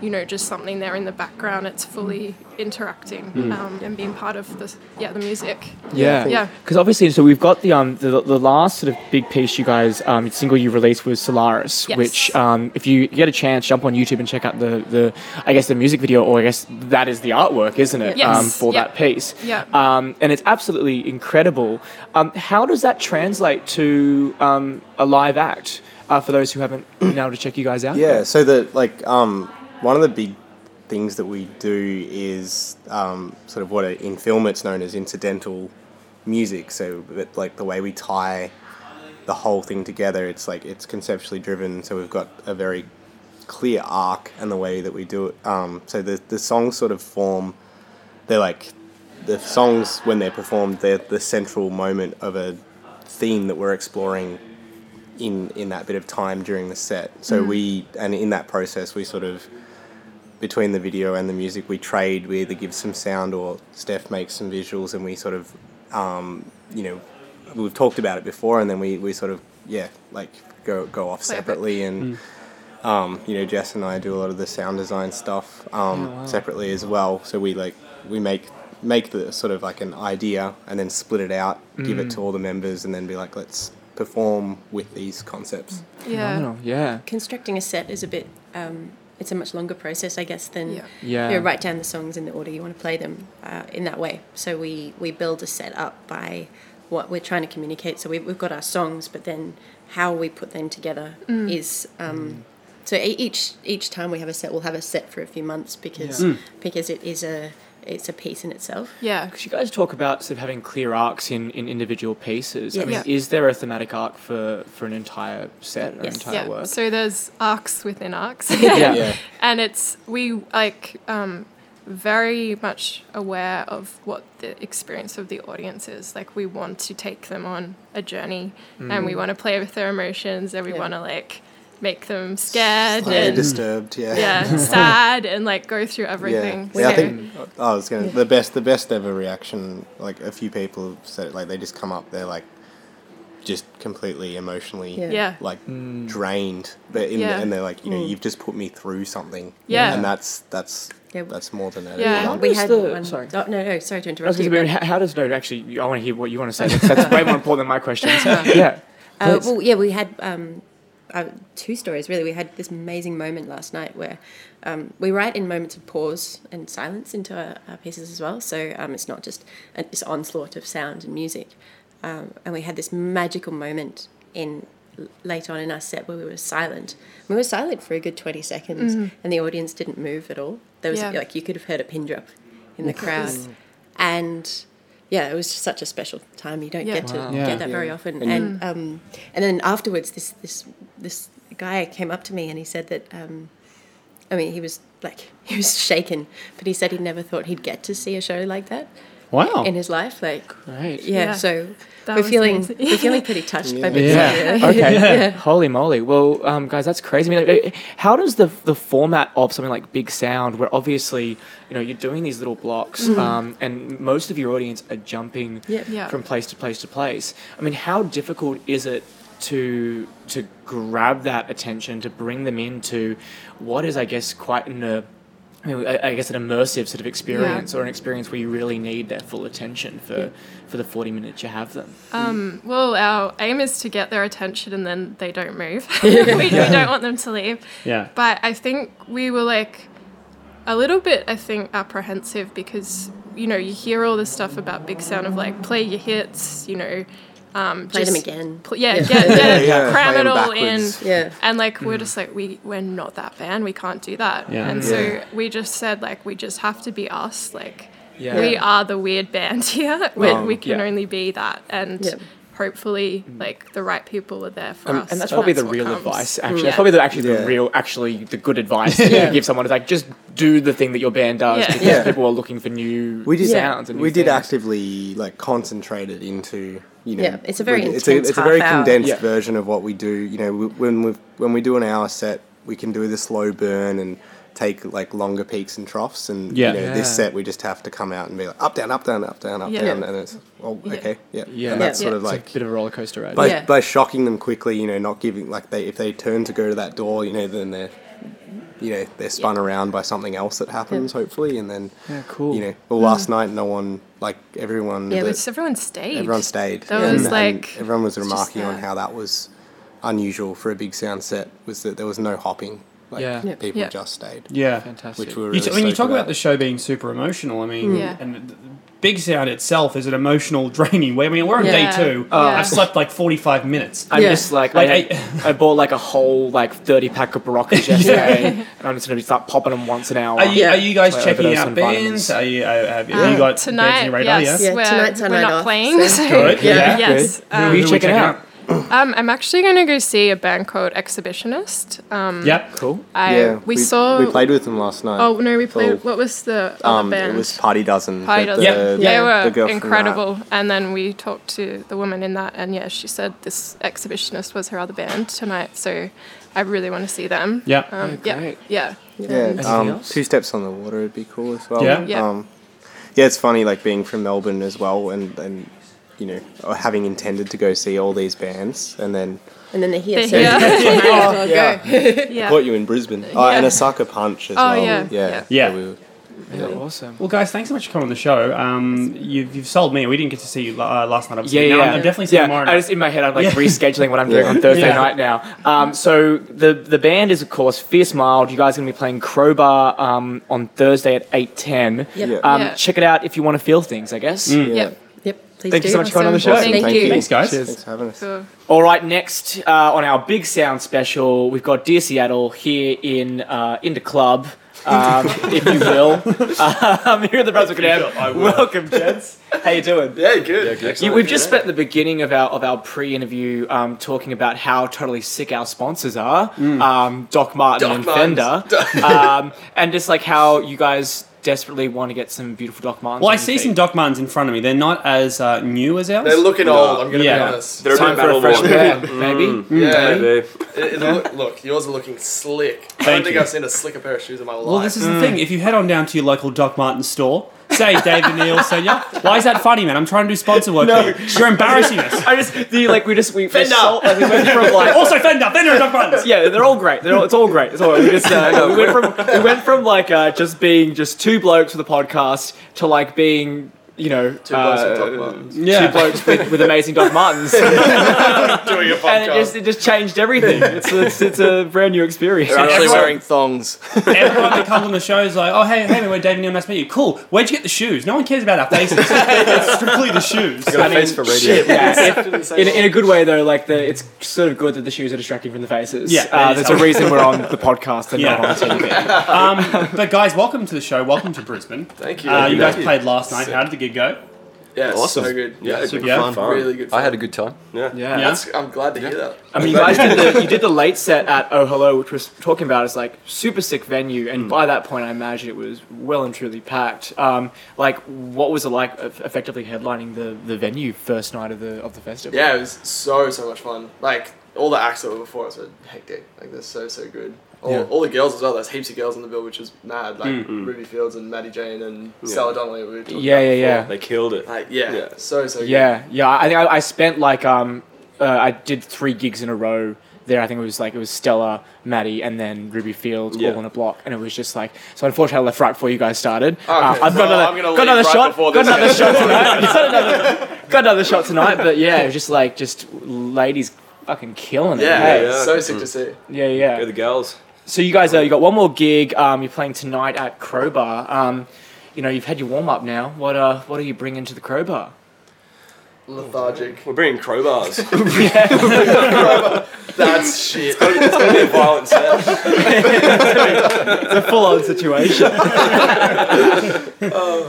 G: you know, just something there in the background. It's fully interacting um, and being part of the yeah the music.
A: Yeah,
G: Yeah.
A: Because obviously, so we've got the um the, the last sort of big piece you guys um single you released was Solaris,
G: Yes.
A: which um if you get a chance, jump on YouTube and check out the the I guess the music video or I guess that is the artwork, isn't it?
G: Yes.
A: Um, for
G: Yeah.
A: that piece.
G: Yeah.
A: Um, and it's absolutely incredible. Um, how does that translate to um a live act? Uh, for those who haven't been able to check you guys out.
F: Yeah, so the like um, one of the big things that we do is um, sort of what it- in film it's known as incidental music. So that, like the way we tie the whole thing together, it's like it's conceptually driven. So we've got a very clear arc and the way that we do it. Um, so the the songs sort of form. They're like the songs when they're performed. They're the central moment of a theme that we're exploring in in that bit of time during the set. So we and in that process we sort of between the video and the music we trade. We either give some sound or Steph makes some visuals, and we sort of um, you know we've talked about it before, and then we we sort of yeah like go go off
G: Flip it.
F: separately and.
A: Hmm.
F: Um, you know, Jess and I do a lot of the sound design stuff um,
A: Oh,
F: separately as well. So we like we make make the sort of like an idea and then split it out, give
A: Hmm.
F: it to all the members, and then be like, let's perform with these concepts.
G: Yeah,
A: Phenomenal, Yeah.
E: constructing a set is a bit um, it's a much longer process i guess than
G: Yeah.
A: Yeah.
E: you know, write down the songs in the order you want to play them uh, in that way so we we build a set up by what we're trying to communicate so we, we've got our songs but then how we put them together
G: Mm.
E: is
A: Mm.
E: um, so e- each each time we have a set we'll have a set for a few months because
A: Mm.
E: because it is a it's a piece in itself
G: yeah.
A: Because you guys talk about sort of having clear arcs in, in individual pieces. I
E: Yes.
A: mean,
G: Yeah.
A: is there a thematic arc for, for an entire set or
E: Yes.
A: entire
G: yeah.
A: work?
G: So there's arcs within arcs.
F: Yeah.
G: and it's we like um, very much aware of what the experience of the audience is like we want to take them on a journey and
F: Mm.
G: we want to play with their emotions and we
E: Yeah.
G: want to like make them scared
F: Slightly
G: and
F: disturbed, yeah.
G: yeah sad and like go through everything
F: Yeah. yeah,
G: So-
F: I think oh, I was gonna the best the best ever reaction. Like a few people have said, it, like they just come up, they're like, just completely emotionally
E: Yeah. Mm.
G: Yeah.
F: like drained. They're in
G: Yeah.
F: and they're like, you know, you've just put me through something.
G: Yeah.
F: And that's that's
E: Yeah.
F: that's more than that.
G: Yeah.
A: How
E: we
A: does
E: had
A: the-
E: one.
A: sorry.
E: Oh, no, no, sorry to
A: I was
E: interrupt
A: going
E: you.
A: to be.
E: but-
A: How how does no? Actually, I want to hear what you want to say. That's, that's way more important than my questions. yeah.
E: Uh,
A: Please.
E: well, yeah, we had um, uh, two stories really. We had this amazing moment last night where um, we write in moments of pause and silence into our, our pieces as well. So um, it's not just an, this onslaught of sound and music. Um, and we had this magical moment in l- late on in our set where we were silent. We were silent for a good twenty seconds, and the audience didn't move at all. There was
G: Mm-hmm. Yeah.
E: like you could have heard a pin drop in the crowd, and yeah, it was just such a special time. You don't
G: Yeah. Mm.
E: get to
A: Wow.
E: get that very often. And um, and then afterwards, this this this guy came up to me and he said that um, I mean he was like he was shaken, but he said he never thought he'd get to see a show like that
B: Wow.
E: in his life. Like
A: Great.
E: yeah,
G: Yeah.
E: so
G: That
E: we're
G: was
E: feeling
G: amazing.
E: we're feeling pretty touched by Big
B: Yeah.
E: Star, really.
A: okay. Holy moly. Well, um, guys, that's crazy. I mean, like, eh, how does the the format of something like Big Sound, where obviously you know you're doing these little blocks, um, and most of your audience are jumping
E: Yep.
G: Mm-hmm. Yeah.
A: from place to place to place. I mean, how difficult is it? To, to grab that attention to bring them into what is I guess quite an uh, I, mean, I, I guess an immersive sort of experience or an experience where you really need their full attention for for the forty minutes you have them.
G: Um, Well, our aim is to get their attention and then they don't move. we, we don't want them to leave.
B: Yeah.
G: But I think we were like a little bit, I think, apprehensive because, you know, you hear all this stuff about Big Sound of like play your hits, you know. Um,
E: Play them
G: just
E: again.
G: pl- yeah, get, get it,
F: Yeah,
G: cram
F: play
G: it
F: them
G: all
F: backwards. Mm.
G: in.
E: Yeah.
G: And like, we're just like, we, we're not that band. We can't do that.
B: Yeah.
G: And
F: Yeah.
G: so we just said, like, we just have to be us. Like,
A: Yeah.
G: we are the weird band here. We, we can
A: yeah.
G: only be that. And
E: Yeah.
G: hopefully, like, the right people are there for us.
A: Um, and that's probably the
G: what
A: real
G: comes. Mm.
A: advice. Actually,
G: Yeah.
A: that's probably the, actually the
F: Yeah.
A: real, actually the good advice that you give someone is like just do the thing that your band does
G: Yeah.
A: because
F: Yeah.
A: people are looking for new
F: We did
A: sounds. And new
F: we did
A: things.
F: actively like concentrate it into you know.
E: Yeah, it's a very
F: we-
E: intense
F: it's a very
E: half hour.
F: condensed
A: Yeah.
F: version of what we do. You know, we, when we when we do an hour set, we can do the slow burn and take like longer peaks and troughs. And
B: Yeah.
F: you know,
A: Yeah.
F: this set we just have to come out and be like up down up down up down up
G: Yeah.
F: down, and it's oh okay yeah
A: Yeah.
F: And that's
E: Yeah.
F: sort of
A: It's
F: like
A: a bit of a roller coaster ride.
F: by,
E: Yeah.
F: by shocking them quickly, you know, not giving like they if they turn to go to that door, you know, then they're you know they're spun around by something else that happens hopefully, and then
A: Yeah, cool.
F: You know, well,
G: Mm.
F: last night no one like everyone
E: Yeah,
F: that-
G: It's everyone stayed.
F: everyone stayed.
G: That
F: and-
G: was
F: and
G: like.
F: everyone was
G: just
F: remarking on
G: that.
F: how that was unusual for a big sound set was that there was no hopping. Like
A: Yeah. Yeah.
F: people
G: Yeah.
F: just stayed.
B: Yeah.
A: Fantastic.
F: Which we were
B: You
F: really
B: t- when you
F: stoked
B: talk about the show being super emotional, I mean,
G: Yeah.
B: and th- th- Big Sound itself is an emotional draining. way. I mean, we're on
G: Yeah.
B: day two.
G: Oh.
B: I've slept like forty-five minutes.
A: I'm
E: Yeah.
A: just like,
B: Like,
A: I, had- I, bought like a whole like thirty pack of Baroccas yesterday, and I'm just gonna be start popping them once an hour.
B: Are you, are you guys
A: Play
B: checking
A: overdose
B: out
A: on
B: bands?
A: vitamins.
B: Are you, uh, have you, you got bands on
G: Tonight,
B: your radar?
G: yes,
B: Yeah.
E: Yeah,
G: we're,
E: tonight's our
G: we're
E: night
G: not
E: off,
G: playing.
E: so-
G: So.
B: Good. Yeah.
G: Yes.
A: Who
G: Um,
A: are you
B: we
A: checking
B: checking
A: out?
G: um, I'm actually going to go see a band called Exhibitionist. Um,
B: Yep.
A: Cool.
G: I,
F: Yeah,
G: we, saw.
F: we played with them last night.
G: Oh no, we played.
F: Well,
G: what was the other
F: um,
G: band?
F: it was Party Dozen.
G: Party
F: that
G: Dozen.
B: Yeah.
F: Mm. the-
G: they
E: Yeah.
F: the
G: were
F: girl from uh, that-
G: incredible. And then we talked to the woman in that, and yeah, she said this exhibitionist was her other band tonight. So I really want to see them.
B: Yeah.
G: Um,
A: Oh,
G: yeah.
A: great.
G: Yeah.
F: Yeah, um,
A: else?
F: two steps on the water would be cool as well.
B: Yeah.
G: Yeah.
F: Um, yeah, it's funny like being from Melbourne as well, and and you know or having intended to go see all these bands, and then
E: And then they're here.
G: They're
E: so
G: here.
E: might as well go.
G: Yeah.
F: caught you in Brisbane. Oh, and a sucker punch as
G: Oh,
F: well.
G: yeah,
F: yeah,
B: yeah.
F: So we were-
A: Yeah, awesome.
B: Well, guys, thanks so much for coming on the show. Um, you've, you've sold me. We didn't get to see you la- uh, last night.
A: Yeah,
B: Obviously.
A: yeah,
B: Now,
A: yeah.
B: I'm, I'm definitely seeing
A: yeah,
B: tomorrow.
A: I just in my head, I'm like rescheduling what I'm doing
F: Yeah.
A: on Thursday
B: Yeah.
A: night now. Um, so the the band is of course Fierce Mild. You guys are gonna be playing Crowbar um, on Thursday at eight ten.
E: Yep.
F: Yeah.
A: Um,
G: Yeah.
A: Check it out if you want to feel things. I guess.
F: yeah.
G: Yep.
E: Yep. Please
A: Thank
E: do.
A: you so much for coming on the show.
G: Awesome. Thank
E: you.
B: Thanks, guys.
F: Thanks for having us.
G: Cool.
A: All right, next uh, on our Big Sound special, we've got Dear Seattle here in uh, in the club, um, if you will. Um, here at the Brunswick Dam. Welcome, gents. How you doing? Yeah, good. Yeah, we've just spent the beginning of our of our pre-interview um, talking about how totally sick our sponsors are,
H: Mm.
A: um, Doc Martin and Fender, um, and just like how you guys desperately want to get some beautiful Doc Martens.
B: well, I
A: on your
B: see
A: feet.
B: some Doc Martens in front of me. They're not as uh, new as ours.
H: They're looking old. I'm gonna
B: Yeah.
H: be honest.
I: They're
A: time for a fresh pair, Mm. maybe.
B: Mm.
H: yeah, it,
I: babe.
H: it look, look, yours are looking slick. I
B: Thank
H: don't think
B: you.
H: I've seen a slicker pair of shoes in my life.
A: Mm.
B: Well, this is the thing. If you head on down to your local Doc Martin store, Say, David Neal Senior. Why is that funny, man? I'm trying to do sponsor work.
A: No.
B: here. You're embarrassing us.
A: I just the like we just we
H: Fender.
A: we, sold- like, we went from like
B: Also, Fender, Fender, Doc Martens.
A: yeah, they're all great. They're all, it's all great. It's all we just uh, no, we went from we went from like uh, just being just two blokes with a podcast to like being you know two
H: blokes with Doc Martens.
B: Yeah.
A: two blokes with, with amazing Doc Martens, and
H: Doing a
A: it just
H: podcast.
A: it just changed everything. It's it's, it's a brand new experience.
H: They're actually
B: Everyone-
H: wearing thongs.
B: Everyone that comes on the show is like, oh, hey, hey, we're David Neal, nice to meet you. Cool. Where'd you get the shoes? No one cares about our faces. it's strictly the shoes.
A: I mean,
F: face for radio.
A: shit, yeah. in, in a good way though, like the it's sort of good that the shoes are distracting from the faces.
B: Yeah, that
A: uh,
B: is
A: there's a
B: helpful.
A: reason we're on the podcast and not on TV.
B: um, but guys, welcome to the show. Welcome to Brisbane.
H: Thank you.
B: Uh, you guys
H: Thank you.
B: played last night. How did the gig go?
H: Yeah,
I: Awesome.
H: So good.
I: Yeah,
H: super
I: super
B: Yeah.
I: fun.
H: Really good
I: I had
H: fun.
I: a good time. Yeah.
A: Yeah.
H: That's, I'm glad to hear that.
A: I mean, you guys did the you did the late set at Oh Hello, which was talking about is like super sick venue,
H: Mm.
A: and by that point, I imagine it was well and truly packed. Um, like, what was it like eff- effectively headlining the, the venue first night of the of the festival?
H: Mm. Yeah, it was so so much fun. Like all the acts that were before us were hectic. Like they're so so good. All,
A: Yeah. Mm.
H: all the girls as well. There's heaps of girls on the bill, which is mad. Like Ruby Fields and Maddie Jane and Stella Donnelly. We were talking
A: yeah,
H: about
A: yeah,
H: before.
A: yeah.
I: They killed it.
H: Like yeah,
I: Yeah.
H: so so good.
A: Yeah, yeah. I think I, I spent like um, uh, I did three gigs in a row there. I think it was like it was Stella, Maddie, and then Ruby Fields
I: Yeah.
A: all in a block, and it was just like so. Unfortunately, I left right before you guys started. Uh,
H: Okay,
A: I've
H: so
A: got another,
H: I'm gonna
A: got
H: leave
A: another
H: right
A: shot.
H: before
A: Got
H: this
A: another shot tonight. got, another, got another shot tonight. But yeah, it was just like just ladies fucking killing it.
H: Yeah, Mm.
A: hey.
I: yeah.
H: so sick to see.
A: yeah, yeah.
I: Go the girls.
A: So you guys, uh, you got one more gig. Um, you're playing tonight at Crowbar. Um, you know, you've had your warm up now. What uh, what are you bringing to the Crowbar?
H: Lethargic.
I: We're bringing crowbars.
H: That's shit.
I: Violent set.
A: It's a full on situation.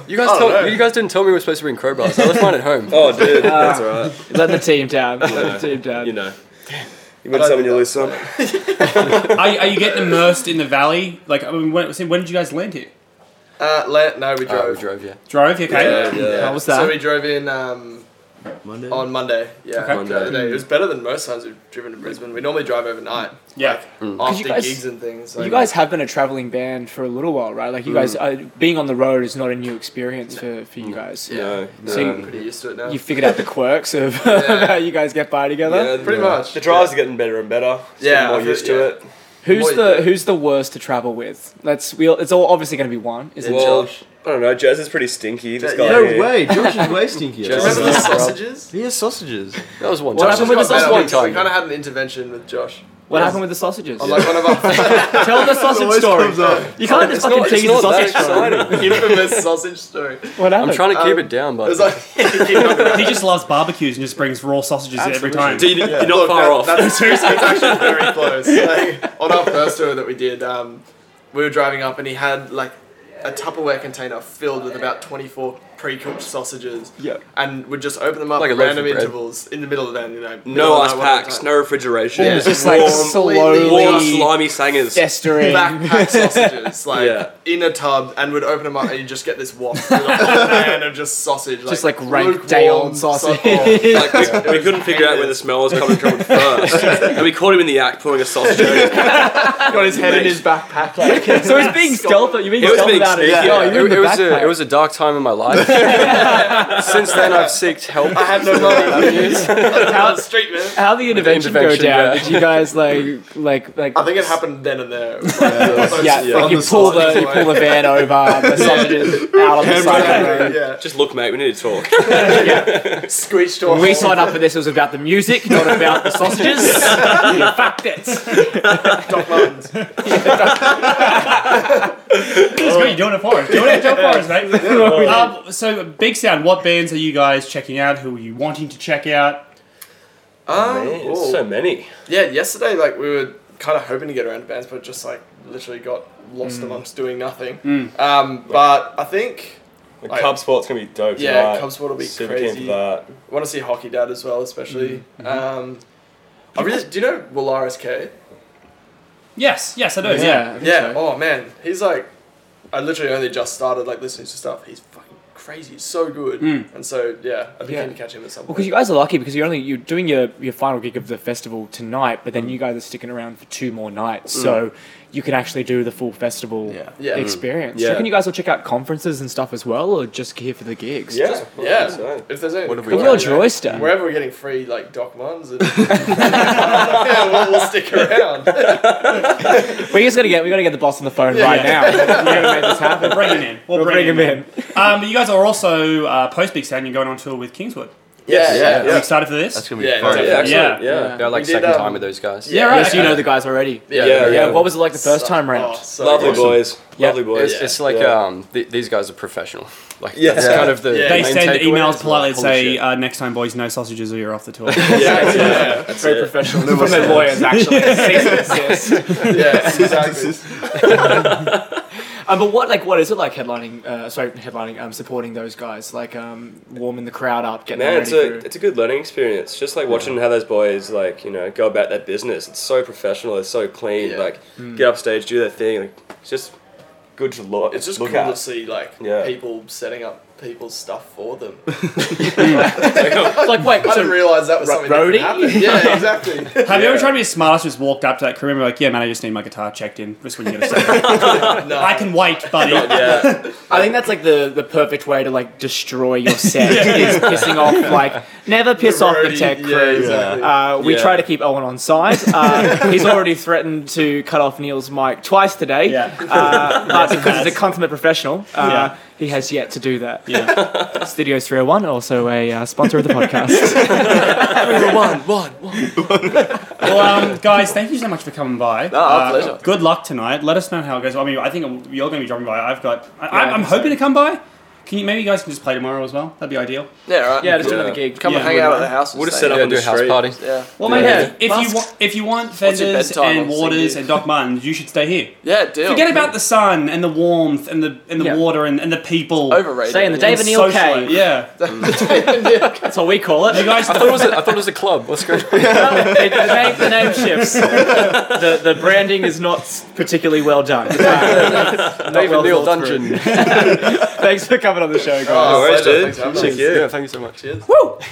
I: You guys, told, you guys didn't tell me we were supposed to bring crowbars. I left mine at home. Oh, dude, that's alright.
A: Let the team down. Let the team down.
I: You know, you win some and you lose some.
B: Are, are you getting immersed in the valley? Like, I mean, when, see, when did you guys land here?
H: Uh, la- no, we
I: Oh,
H: drove.
I: we drove, yeah.
B: Drove? you Okay.
H: Yeah, yeah.
A: How was that?
H: So we drove in um,
I: Monday.
H: on Monday. Yeah,
B: Okay.
H: Monday. It was better than most times we've driven to Brisbane. We normally drive overnight.
B: Yeah.
H: Like,
I: Hmm.
A: Could you
H: After
A: guys-
H: gigs and things. Like, Mm.
A: you guys have been a traveling band for a little while, right? Like you guys, uh, being on the road is not a new experience for, for you guys.
I: No, no.
A: So
H: I'm pretty used to it now.
A: you figured out the quirks of how you guys get by together.
H: Pretty much.
I: The drives are getting better and better. Just
H: Yeah,
I: yeah, more
H: I've-
I: used to
H: yeah.
I: it.
A: Who's
H: Boy,
A: the
H: yeah.
A: Who's the worst to travel with? Let's. We'll, it's all obviously going to be one, isn't it?
I: Well, I don't know. Jazz is pretty stinky. This
H: Yeah,
I: guy.
H: no
I: here.
J: way, Josh is way stinkier.
I: Josh is-
H: Remember the sausages?
J: He has sausages.
I: That was one
A: What
I: time.
A: happened with the
H: Got better.
A: sausages?
H: We kind of had an intervention with Josh.
A: What happened with the sausages?
H: On like one of our
A: Tell the sausage story. You can't just fucking tease the sausage story.
H: infamous sausage story. It
A: What happened?
I: I'm trying to keep
H: Um,
I: it down, but
H: was like
B: He just loves barbecues and just brings raw sausages every time.
I: Dude, you're not
H: Look,
I: far
H: that-
I: off.
H: That's, that's actually very close. Like, on our first tour that we did, um, we were driving up and he had like a Tupperware container filled with about 24 pre-cooked sausages.
A: Yeah.
H: And would just open them up
I: Like
H: at
I: a loaf of
H: random
I: bread.
H: intervals in the middle of the you know. middle
I: no
H: of
I: ice
H: the night, whatever
I: packs,
H: time.
I: no refrigeration.
H: Yeah.
I: Just
A: just like
I: warm,
A: slowly
I: warm, slimy sangers.
A: festering.
H: backpack sausages, like
I: Yeah.
H: in a tub, and would open them up, and you just get this waft with a whole pan of just sausage, like
A: Just like rank day
H: lukewarm
A: old sausage.
H: sausage.
I: Like, we, we couldn't figure out where the smell was coming from at first, and we caught him in the act pulling a sausage. out of his mouth.
H: Got his head in his backpack. Like,
A: so he's being stealth. You're being
I: It was
A: stealth
I: being
A: about it.
I: sneaky.
A: Oh, you're in
I: it,
A: the
I: it was a,
A: backpack.
I: it was a dark time in my life. Since then, I've seeked help.
H: I have no money. How street man.
A: How the intervention,
I: intervention,
A: go down?
I: yeah.
A: Did you guys like like like?
H: I think it happened then and there. It was like, those
A: Yeah,
H: fucking
A: like you pull the
H: sausages
A: you pull the
H: away.
A: van over, the sausages out on the side of the road.
H: yeah.
I: Just look, mate. We need to talk.
H: Screeched off.
A: When we signed up for this, it was about the music, not about the sausages. you fucked it.
H: Doc Martens.
B: That's good. You're doing it for us. Doing it doing it for us, mate. um, so, Big Sound, what bands are you guys checking out? Who are you wanting to check out?
H: Um,
I: Man,
H: oh.
I: it's so many.
H: yeah, yesterday like we were kind of hoping to get around to bands, but just like literally got lost amongst doing nothing. Um, but I think
I: The
H: Like-
I: Cub Sport's gonna be dope.
H: Yeah,
I: tonight.
H: Cub Sport will be
I: Super
H: crazy.
I: Keen for that.
H: I want to see Hockey Dad as well, especially. Um, I really do you know Wolaris K?
B: Yes, yes, I do. Yeah.
A: Yeah,
H: Yeah. Oh man, he's like, I literally only just started like listening to stuff. He's fucking crazy. It's so good. And so yeah, I began
A: Yeah.
H: to catch him at some
A: Well,
H: point.
A: because you guys are lucky because you're only you're doing your, your final gig of the festival tonight, but then you guys are sticking around for two more nights, so you can actually do the full festival
J: Yeah.
H: Yeah. Mm.
A: experience.
I: Yeah.
A: Yeah. Can you guys will check out conferences and stuff as well, or just here for the gigs?
I: Yeah,
H: yeah,
I: So.
H: if there's any,
J: What have we
A: the
J: Yeah.
A: world's your oyster.
H: wherever we're getting free like Doc Muns, and yeah, we'll, we'll stick around.
A: We're just gonna get we gotta get the boss on the phone
H: Yeah.
A: right now. we're gonna make this happen.
B: Bring him in. We'll,
A: We'll bring him in.
B: Um, but you guys are also uh, post Big Sound. You're going on tour with Kingswood.
H: Yeah,
J: Yeah.
H: yeah,
B: Are you excited for this?
J: That's gonna be
H: Yeah,
J: fun.
I: Yeah,
H: Yeah.
I: excellent.
B: Yeah.
I: Yeah, They're like
H: We did,
I: second
H: um,
I: time with those guys.
H: Yeah,
A: Yes, you
H: okay.
A: know the guys already.
H: yeah,
I: Yeah,
A: Yeah,
I: yeah.
A: what was it like the first
H: So-
A: time
H: oh,
A: round?
H: so
I: Lovely
H: good.
I: boys.
A: Yeah.
I: Lovely boys.
H: Yeah.
I: It's like
J: Yeah.
I: um, th- these guys are professional. Like
J: Yeah.
I: that's
J: Yeah.
I: kind of the
H: Yeah.
B: They
I: main
B: send
I: takeaway.
B: emails
I: It's
B: politely
I: like,
B: and
I: holy
B: say,
I: shit.
B: uh, "Next time, boys, no sausages, or you're off the tour."
H: Yeah, yeah,
A: Very professional. From their lawyers, actually. Cease and desist.
H: yeah, exactly.
A: Um, but what like what is it like headlining? Uh, sorry, headlining. Um, supporting those guys, like um, warming the crowd up, getting
I: Man,
A: them
I: it's a
A: ready for-
I: it's a good learning experience. Just like watching how those boys like you know go about their business. It's so professional. It's so clean.
H: Yeah.
I: Like
A: Mm.
I: get up stage, do their thing. Like it's just good to look.
H: It's just
I: look
H: cool
I: at.
H: to see like
I: Yeah.
H: people setting up people's stuff for them.
A: It's like wait,
H: I didn't
A: so,
H: realize that was
A: Ro-
H: something that could
A: roadie?
H: happen. Yeah, exactly.
B: Have you ever tried to be a smartass? Just walked up to that crew member, like, "Yeah, man, I just need my guitar checked in. Just when you get a second.
H: No.
B: I can wait, buddy."
I: yeah,
A: I think that's like the, the perfect way to like destroy your set is pissing off like never piss off the
H: Roadie,
A: tech
H: yeah,
A: crew.
H: exactly.
A: Uh, we
I: Yeah.
A: try to keep Owen on side. Uh, he's already threatened to cut off Neil's mic twice today,
B: Yeah.
A: uh, but because he's a consummate professional, uh,
B: Yeah.
A: he has yet to do that.
B: yeah.
A: Studio 301, also a uh, sponsor of the podcast.
B: Well, um, guys, thank you so much for coming by. Uh,
H: No, our pleasure.
B: Good luck tonight. Let us know how it goes. I mean, I think you're going to be dropping by. I've got. I,
A: I
B: I'm
A: think
B: hoping
A: so.
B: to come by. Can you maybe you guys can just play tomorrow as well? That'd be ideal.
H: Yeah, right.
A: yeah, just
I: Yeah.
A: another gig.
H: Come and
B: Yeah.
H: hang out at the house. and
I: we'll just
H: stay.
I: set up
J: Yeah,
I: on
J: do
I: the
J: a house
I: street.
J: party.
H: Yeah.
B: Well, mate,
A: Yeah.
B: if you
A: Masks.
B: wa- if you want
H: your
B: Fenders
H: bedtime
B: and
H: on singing?
B: Waters and Doc Martens, you should stay here.
H: Yeah, deal.
B: Forget about the sun and the warmth and the and the
A: Yeah.
B: water and, and the people.
H: overrated.
A: Stay in the
H: yeah.
A: David
B: And
A: Neal
B: socialite.
A: Cave.
B: Yeah.
A: Mm. That's what we call it.
B: You guys,
I: I thought it was a, I thought it was a club. What's going on?
A: the, the, name, the name shifts. The, the branding is not particularly well done. David
I: Neil Dungeon.
A: Thanks for coming on the show, guys.
H: Oh,
I: No worries,
H: pleasure.
I: dude.
H: Thanks for having us.
I: Check you. Yeah, thank you so much.
H: Cheers.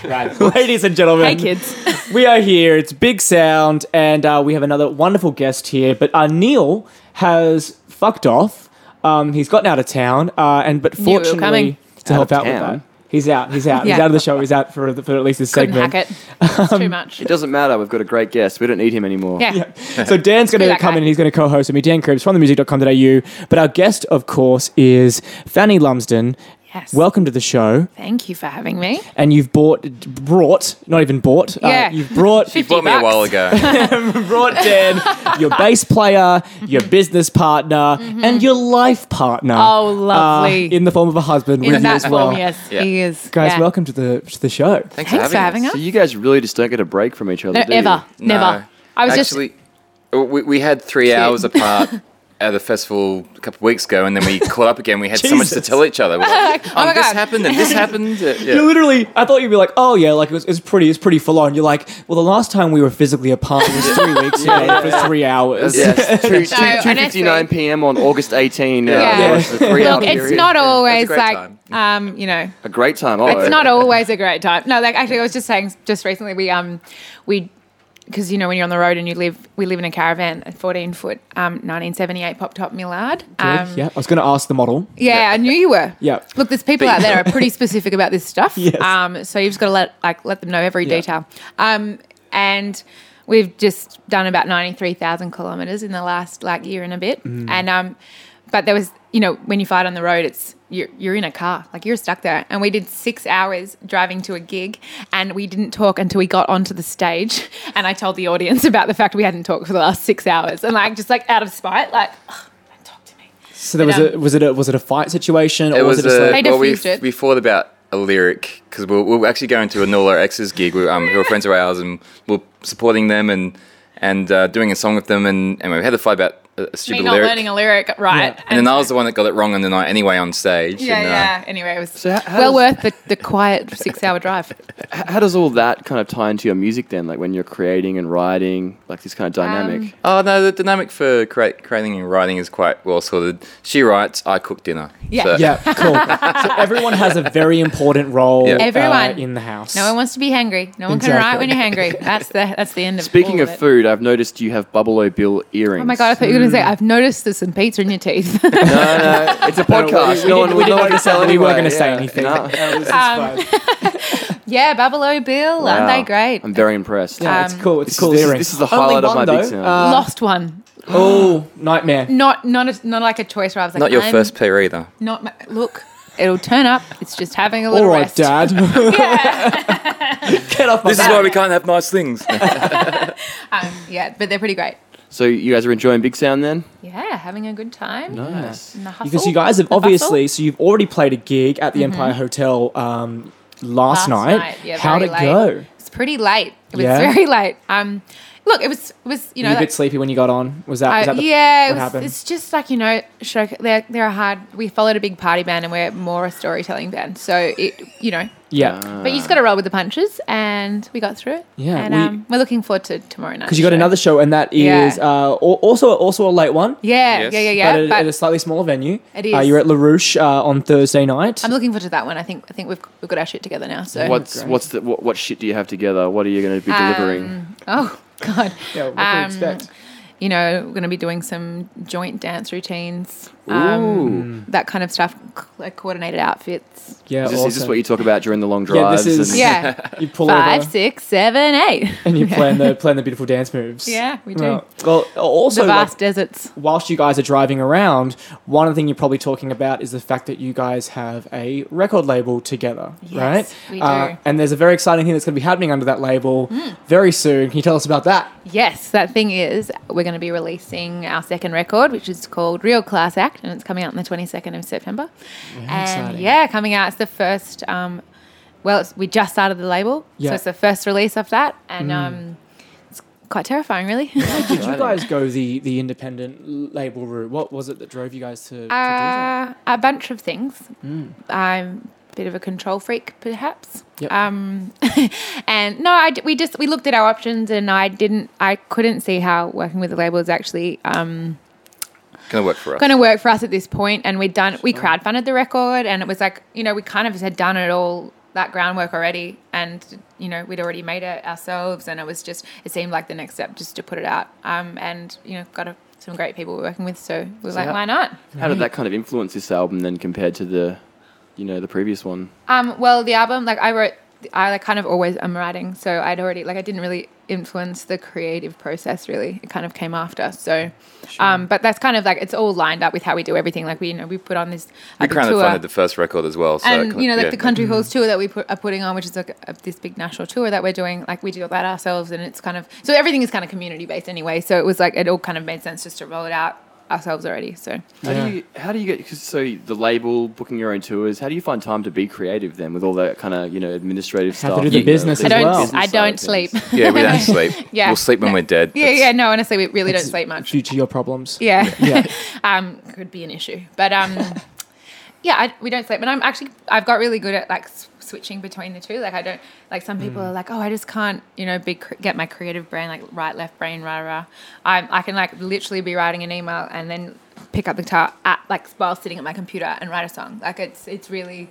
A: Right. Ladies and gentlemen,
C: Hey, kids.
A: we are here. It's Big Sound, and uh, we have another wonderful guest here. But uh, Neil has fucked off. Um, he's gotten out of town, uh, and but
K: Knew we were
A: fortunately
K: coming.
A: to help
J: of
A: out with
J: town?
A: that, he's out. He's out. He's
K: Yeah.
A: out of the show. He's out for, the, for at least this
K: Couldn't
A: segment.
K: hack it.
G: It's
A: Um,
G: too much.
J: It doesn't matter. We've got a great guest. We don't need him anymore.
K: Yeah.
A: So Dan's going
K: Be
A: to
K: that
A: come
K: guy.
A: in and he's going to co-host with me, Dan Cribbs from themusic.com.au. But our guest, of course, is Fanny Lumsden.
K: Yes.
A: Welcome to the show.
K: Thank you for having me.
A: And you've bought, brought, not even bought.
K: Yeah.
A: uh, you've brought,
K: Fifty
J: Bought me a
K: bucks.
J: while ago.
A: brought Dan, your bass player, your business partner, and your life partner.
K: Mm-hmm. Oh,
A: uh,
K: lovely.
A: in the form of a husband
K: In
A: with you
K: that
A: as well.
K: form, yes,
J: Yeah.
K: he is.
A: Guys,
K: Yeah.
A: welcome to the to the show.
J: Thanks,
K: Thanks for having us.
J: So you guys really just don't get a break from each other,
K: No,
J: do you?
K: ever, never. I was just-
J: actually. we, we had three hours apart at the festival a couple of weeks ago, and then we caught up again. We had so much to
A: Jesus.
J: tell each other. We're like, oh,
K: Oh my
J: this
K: God.
J: happened and this happened. uh, yeah.
A: You literally, I thought you'd be like, oh yeah, like it's, it's pretty, it's pretty full on. You're like, well, the last time we were physically apart was three weeks ago for three hours.
J: Yes, two,
K: No, honestly.
J: two fifty nine p.m. on August 18. Uh,
K: Yeah.
J: was the three hour
K: Look, it's
J: period.
K: not
J: It was a
K: always
J: great
K: like,
J: time.
K: um, you know,
J: a great time. Oh,
K: it's not always a great time. No, like actually, I was just saying just recently we um we because you know when you're on the road and you live we live in a caravan, a 14 foot um 1978 pop top Millard. Um,
A: yeah, I was going to ask the model.
K: Yeah, I knew you were.
A: Yeah.
K: Look, there's people out there who are pretty specific about this stuff.
A: Yes.
K: Um, so you've just got to let like let them know every
A: Yeah.
K: detail. Um, and we've just done about ninety three thousand kilometers in the last like year and a bit. And um, but there was you know when you fight on the road, it's you're you're in a car like you're stuck there. And we did six hours driving to a gig, and we didn't talk until we got onto the stage. And I told the audience about the fact we hadn't talked for the last six hours, and like just like out of spite, like "Ugh, don't talk to me.
A: So there was
K: But, um,
A: a was it a was it a fight situation or
J: It
A: was,
J: was,
A: it just
J: a,
A: like
K: They
J: well, we,
K: diffused it.
J: we thought about a lyric because we we were actually going to a Nola X's gig. We, um, who were friends of ours, and we are supporting them and and uh, doing a song with them. And anyway, we had the fight about a, a
K: Me
J: stupid
K: not
J: lyric.
K: learning a lyric right.
J: And then I was the one that got it wrong on the night anyway on stage.
K: Yeah,
J: and, uh,
K: yeah. Anyway, it was
L: So how- how
K: well
L: does-
K: worth the, the quiet six hour drive.
L: H- How does all that kind of tie into your music then? Like when you're creating and writing, like this kind of dynamic.
K: Um,
J: Oh no, the dynamic for create, creating and writing is quite well sorted. She writes, I cook dinner. So-
A: Yeah, cool. So everyone has a very important role
J: Yeah.
A: uh,
K: Everyone.
A: in the house.
K: No one wants to be hangry. No one can write when you're hangry. That's the that's the end of
L: Speaking
K: all
L: of
K: of it.
L: food, I've noticed you have Bubble O Bill earrings.
K: Oh my god! I thought you were
A: Mm.
K: going to say I've noticed there's some pizza in your teeth.
L: No, no, it's a podcast.
A: we
L: No
A: didn't-
L: one
A: we
L: would
A: didn't
L: know what to
A: notice that,
L: sell
A: but we
L: anyway.
A: weren't gonna say
L: Yeah,
A: anything.
L: no.
K: Um, yeah, Babalo Bill,
L: Wow.
K: aren't they great?
L: I'm very impressed.
K: Yeah, it's Um,
A: cool, it's
L: This is-
A: cool Um,
L: This is,
A: earrings.
L: this is the
A: Only
L: highlight of my
A: one,
L: big
A: though.
L: sound.
A: Uh,
K: Lost one.
A: oh, nightmare.
K: Not not a, not like a choice where I was like
J: Not your
K: I'm
J: first pair either.
K: Not my, look, it'll turn up. It's just having a
A: All
K: little
A: right,
K: rest.
A: Dad.
L: Get off
J: This is why we can't have nice things.
K: Um, yeah, but they're pretty great.
L: so you guys are enjoying Big Sound then?
K: Yeah, having a good time.
L: Nice.
K: In the
A: Because
K: hustle,
A: you guys have
K: the bustle.
A: obviously, so you've already played a gig at the
K: Mhm.
A: Empire Hotel um, last,
K: yeah,
A: How'd
K: very
A: it
K: late.
A: go?
K: It's pretty late. It was
A: Yeah?
K: very late. Um, look, it was it was you know
A: Were you a
K: like-
A: bit sleepy when you got on? Was that,
K: Uh,
A: was that the,
K: yeah,
A: what
K: it was-
A: happened?
K: it's just like you know, show, they're they're a hard. We followed a big party band, and we're more a storytelling band. So it, you know,
A: yeah.
K: but you just got to roll with the punches, and we got through it.
A: Ah. Yeah,
K: and
A: we-
K: um, we're looking forward to tomorrow night.
A: Because you got another show, and that
K: Yeah.
A: is uh, al- also also a late one.
K: Yeah, Yes. yeah, yeah, yeah,
A: But, at,
K: but-
A: at a slightly smaller venue.
K: It
A: Uh,
K: is.
A: you're at LaRouche uh, on Thursday night.
K: I'm looking forward to that one. I think I think we've we've got our shit together now. So
L: What's what's the, what, what shit do you have together? What are you going to be delivering?
K: Um, oh God.
A: Yeah, what
K: Um,
A: can we expect?
K: You know, we're going to be doing some joint dance routines,
L: Ooh.
K: um, that kind of stuff, c- like coordinated outfits.
L: is this, is this
A: awesome.
L: what you talk about during the long
A: Yeah,
L: drives?
A: this is-
L: and-
K: Yeah.
A: You pull
K: Five,
A: over
K: six, seven, eight.
A: and you plan the plan the beautiful dance moves.
K: Yeah, we do.
A: Well, well, also
K: the
A: like,
K: vast deserts.
A: whilst you guys are driving around, one thing you're probably talking about is the fact that you guys have a record label together, right? Uh,
K: we do.
A: and there's a very exciting thing that's going to be happening under that label
K: Mm.
A: very soon. Can you tell us about that?
K: Yes, that thing is we're going to be releasing our second record, which is called Real Class Act, and it's coming out on the 22nd of September. and
E: exciting.
K: yeah, coming out. It's the first. Um, well, it's, we just started the label,
A: Yeah.
K: so it's the first release of that, and
A: Mm.
K: um, it's quite terrifying, really.
A: Did you guys go the the independent l- label route? What was it that drove you guys to, to do that?
K: Uh, a bunch of things.
A: Mm.
K: I'm a bit of a control freak, perhaps.
A: Yep.
K: Um, and no, I d we just we looked at our options, and I didn't, I couldn't see how working with the label is actually um,
J: Gonna work for us.
K: going to work for us at this point. And we'd done, we crowdfunded the record, and it was like, you know, we kind of had done it all that groundwork already, and you know, we'd already made it ourselves, and it was just, it seemed like the next step just to put it out. Um, and you know, got a, some great people we're working with, so we were
L: So
K: like,
L: how-
K: why not?
L: How did that kind of influence this album then compared to the, you know, the previous one?
K: Um, well, the album, like I wrote, I like kind of always am writing, so I'd already like I didn't really influence the creative process. Really, it kind of came after. So, um, but that's kind of like it's all lined up with how we do everything. Like we, you know, we put on this
J: We
K: like, a
J: crowdfunded
K: tour.
J: the first record as well. So it
K: and
J: kinda-
K: you know, like
J: yeah. Mm-hmm.
K: the country halls tour that we put, are putting on, which is like a, this big national tour that we're doing. Like we do that ourselves, and it's kind of so everything is kind of community based anyway. So it was like it all kind of made sense just to roll it out ourselves already. So
L: How do you how do you get 'cause so the label booking your own tours? How do you find time to be creative then with all that kind of you know administrative
A: to
L: stuff?
A: do the
L: you know,
A: business
L: the
K: I don't,
L: business
K: I
L: side of
K: don't sleep.
L: things?
J: Yeah, we don't sleep.
K: Yeah.
J: We'll sleep when
K: No.
J: we're dead.
K: Yeah, yeah, no, honestly, we really don't
A: That's-
K: sleep much.
A: Due to your problems.
K: Yeah.
A: Yeah.
K: um, could be an issue, but um, yeah, I, we don't sleep. And I'm actually, I've got really good at like s- switching between the two. Like I don't, like some people
E: Mm.
K: are like, oh, I just can't, you know, be cr- get my creative brain like right, left brain, rah rah. I I can like literally be writing an email and then pick up the guitar at like while sitting at my computer and write a song. Like it's it's really.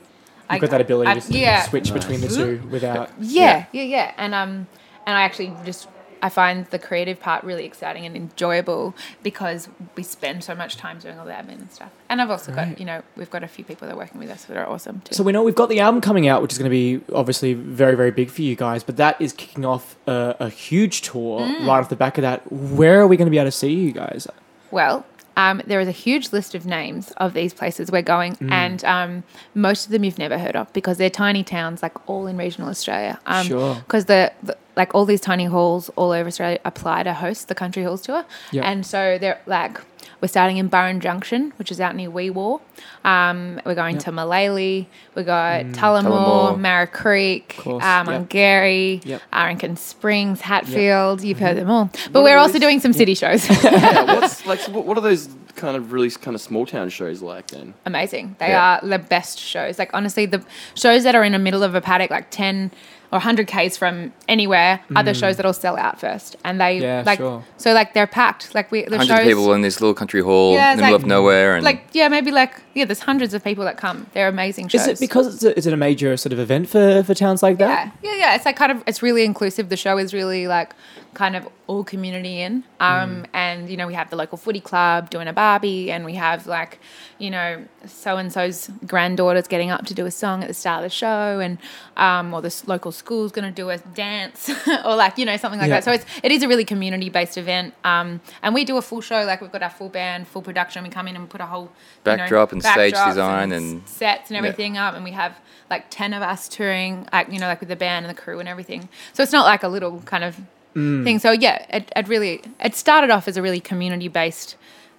K: I-
A: You've got that ability
K: I-
A: to s-
K: yeah.
A: switch between the two without.
K: Yeah, yeah, yeah, And um and I actually just I find the creative part really exciting and enjoyable because we spend so much time doing all the admin and stuff. And I've also
A: Right.
K: got, you know, we've got a few people that are working with us that are awesome too.
A: So we know we've got the album coming out, which is going to be obviously very, very big for you guys. But that is kicking off a, a huge tour
K: Mm.
A: right off the back of that. Where are we going to be able to see you guys?
K: Well, um, there is a huge list of names of these places we're going,
A: Mm.
K: and um, most of them you've never heard of because they're tiny towns, like all in regional Australia. Um,
A: Sure.
K: Because the, the- like all these tiny halls all over Australia apply to host the Country Halls tour.
M: Yeah.
K: And so they're like, we're starting in Burren Junction, which is out near Weewar. Um, we're going
M: Yep.
K: to Malalee. We got
M: Mm,
K: Tullamore,
M: Tullamore.
K: Mara Creek,
M: course,
K: um,
M: yep.
K: Gary,
M: Yep. Mm-hmm.
K: Arinkin Springs, Hatfield. You've heard them all. But
L: What
K: we're
L: are
K: also
L: those-
K: doing some city shows.
L: yeah, what's like? So what, what are those kind of really kind of small town shows like then?
K: amazing. They
L: Yeah.
K: are the best shows. Like honestly, the shows that are in the middle of a paddock, like ten or hundred k's from anywhere, are the
J: Mm.
K: shows that'll sell out first, and they
J: Yeah,
K: like
J: sure.
K: so like they're packed. Like we the shows.
J: Hundred people in this little country hall
K: Yeah,
J: in
K: it's
J: the middle
K: like-
J: of nowhere, and
K: like yeah, maybe like yeah, there's hundreds of people that come. They're amazing shows.
A: Is it because it's a, is it a major sort of event for, for towns like that?
K: Yeah, yeah, yeah. It's like kind of it's really inclusive. The show is really like kind of all community in.
J: Mm.
K: Um, and you know we have the local footy club doing a barbie, and we have like you know so and so's granddaughters getting up to do a song at the start of the show, and um, or this local school's going to do a dance, or like you know something like
M: Yeah.
K: that. So it's it is a really community based event. Um, and we do a full show. Like we've got our full band, full production. We come in and put a whole you know,
J: Backdrop and stage
K: backdrops
J: design
K: s-
J: and-
K: sets and
J: Yeah.
K: everything up, and we have like ten of us touring, like you know, like with the band and the crew and everything. So it's not like a little kind of
M: Mm.
K: thing. So yeah, it, it really it started off as a really community based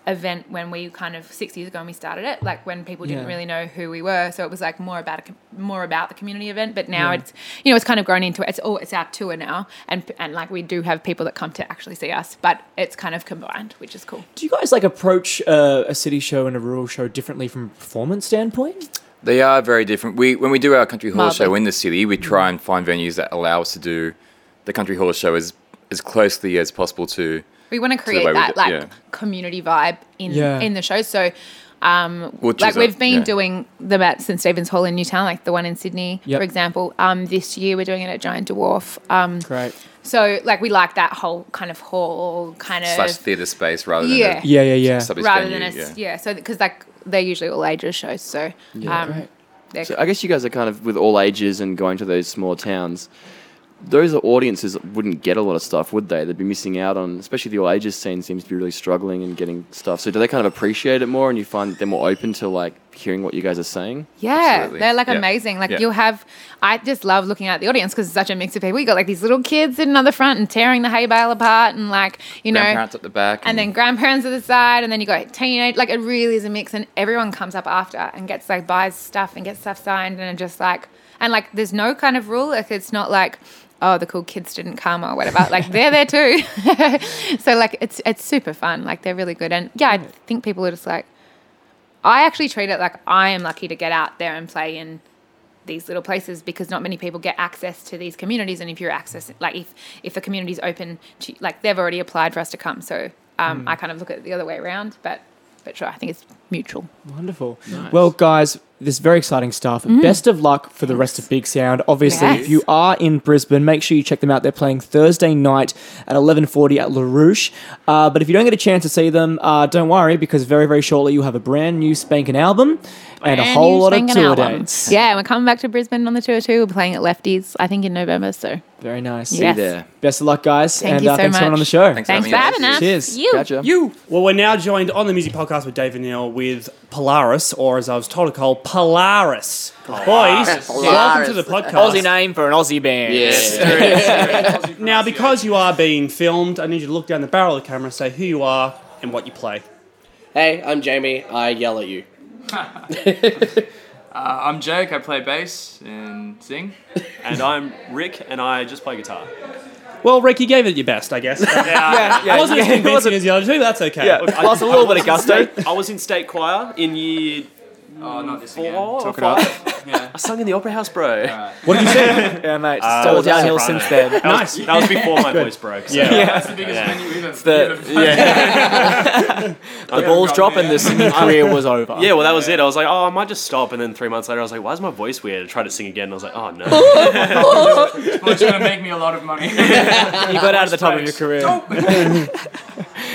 K: event when we kind of six years ago when we started it, like when people didn't
M: Yeah.
K: really know who we were. So it was like more about a, com- more about the community event, but now
M: Yeah.
K: it's you know it's kind of grown into it. It's all it's our tour now, and and like we do have people that come to actually see us, but it's kind of combined, which is cool.
A: Do you guys like approach uh, a city show and a rural show differently from a performance standpoint?
J: they are very different. We when we do our country hall
A: Marvel.
J: show in the city, we try and find venues that allow us to do the country hall show as as closely as possible to.
K: We want to
J: the
K: create
J: way we
K: that
J: do-
K: like
J: yeah.
K: community vibe in
J: Yeah.
K: in the show. So, um,
J: Which
K: like
J: is a-
K: we've been
J: yeah.
K: doing the Matt St Stephen's Hall in Newtown, like the one in Sydney,
M: Yep.
K: for example. Um, this year we're doing it at Giant Dwarf. Um,
A: Great.
K: So like we like that whole kind of hall kind of
J: slash theatre space rather than
K: yeah
J: a subbies
K: rather
J: venue,
K: than a
J: yeah.
K: s- yeah. So because like they're usually all ages shows. So
L: Yeah.
K: um, they're
L: So I guess you guys are kind of with all ages and going to those smaller towns. Those audiences wouldn't get a lot of stuff, would they? They'd be missing out on, especially the all ages scene seems to be really struggling and getting stuff. So do they kind of appreciate it more, and you find that they're more open to like hearing what you guys are saying?
K: Yeah, they're like amazing. Like
L: Yeah.
K: you'll have, I just love looking at the audience because it's such a mix of people. You got like these little kids sitting on the front and tearing the hay bale apart, and like you know,
J: grandparents at the back,
K: and then grandparents at the side, and then you got teenage. Like it really is a mix, and everyone comes up after and gets like buys stuff and gets stuff signed, and just like and like there's no kind of rule. Like it's not like oh the cool kids didn't come or whatever. Like they're there too. so like it's it's super fun. Like they're really good, and yeah, I think people are just like. I actually treat it like I am lucky to get out there and play in these little places because not many people get access to these communities. And if you're accessing, like if if the community's open to, like they've already applied for us to come, so um,
A: Mm.
K: I kind of look at it the other way around. But but sure, I think it's mutual.
A: Wonderful. Well, guys, this is very exciting stuff.
K: Mm.
A: Best of luck for the rest of Big Sound. Obviously,
K: Yes.
A: if you are in Brisbane, make sure you check them out. They're playing Thursday night at 11.40 at La Rouche. Uh, but if you don't get a chance to see them, uh, don't worry because very, very shortly you'll have a brand new spanking album and a
K: Brand
A: whole
K: new
A: lot of
K: spanking
A: tour
K: album.
A: dates.
K: Yeah, and we're coming back to Brisbane on the tour too. We're playing at Lefties, I think in November. So
A: Very nice.
K: See you Yes. there.
A: Best of luck, guys.
K: Thank
A: and
K: you
A: uh,
K: so
A: thanks for coming
K: much.
A: on the show.
K: Thanks for Thanks for having having us. us.
A: Cheers.
K: You. Gotcha.
B: You. Well, we're now joined on the music podcast with Dave and Neil with Polaris, or as I was told to call Polaris. Boys,
A: Polaris.
B: welcome to the podcast.
A: Aussie name for an Aussie band.
B: now, because you are being filmed, I need you to look down the barrel of the camera, say who you are and what you play.
N: Hey, I'm Jamie. I yell at you.
O: Uh, I'm Jake. I play bass and sing. and I'm Rick, and I just play guitar.
B: Well, Rick, you gave it your best, I guess.
O: Yeah, yeah,
B: I wasn't
O: yeah,
B: as
O: it
B: convincing as the other two, but that's okay.
O: Look, I- I was in state- I was in state choir in year. Oh, not this four or
B: Talk it
O: five. I sung in the opera house, bro. Uh,
A: What did you say? yeah, mate. It's all downhill since then.
O: That was, that was before my voice broke. So.
A: Yeah. It's the, yeah. the balls drop and the singing career was over.
O: Yeah, well, that was it. I was like, oh, I might just stop. And then three months later, I was like, why is my voice weird? I tried to sing again, and I was like, oh, no.
P: Well, it's going to make me a lot of money. you
A: got out of the top of your career.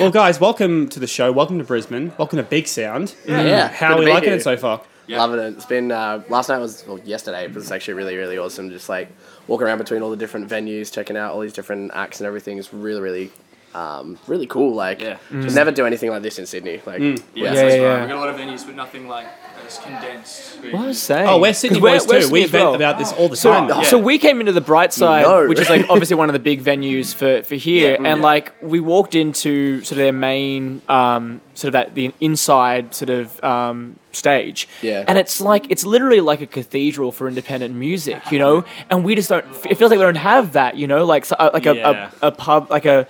B: Well, guys, welcome to the show. Welcome to Brisbane. Welcome to Big Sound.
N: Yeah. Yeah.
B: How
N: Good
B: are
N: to
B: we
N: be
B: liking
N: here.
B: it so far?
N: Loving it. It's been uh, last night was well, yesterday. It was actually really really awesome. Just like walking around between all the different venues, checking out all these different acts and everything. It's really really um, really cool. Like,
P: Mm.
N: just never do anything like this in Sydney. Like,
P: Mm.
N: yeah,
P: Yeah,
N: it's
P: yeah,
N: fun.
P: We've got a lot of venues, but nothing like as condensed.
A: I was saying.
B: Oh, we're Sydney
A: 'Cause
B: boys too. We
A: as
B: vent about this all the
A: so,
B: time.
A: So
B: Yeah.
A: we came into the bright side,
B: know.
A: which is like obviously one of the big venues for, for here, and like we walked into sort of their main um, sort of that the inside sort of um, stage,
N: Yeah.
A: and it's like it's literally like a cathedral for independent music, you know, and we just don't. It feels like we don't have that, you know, like so, uh, like
O: Yeah.
A: a, a a pub like a.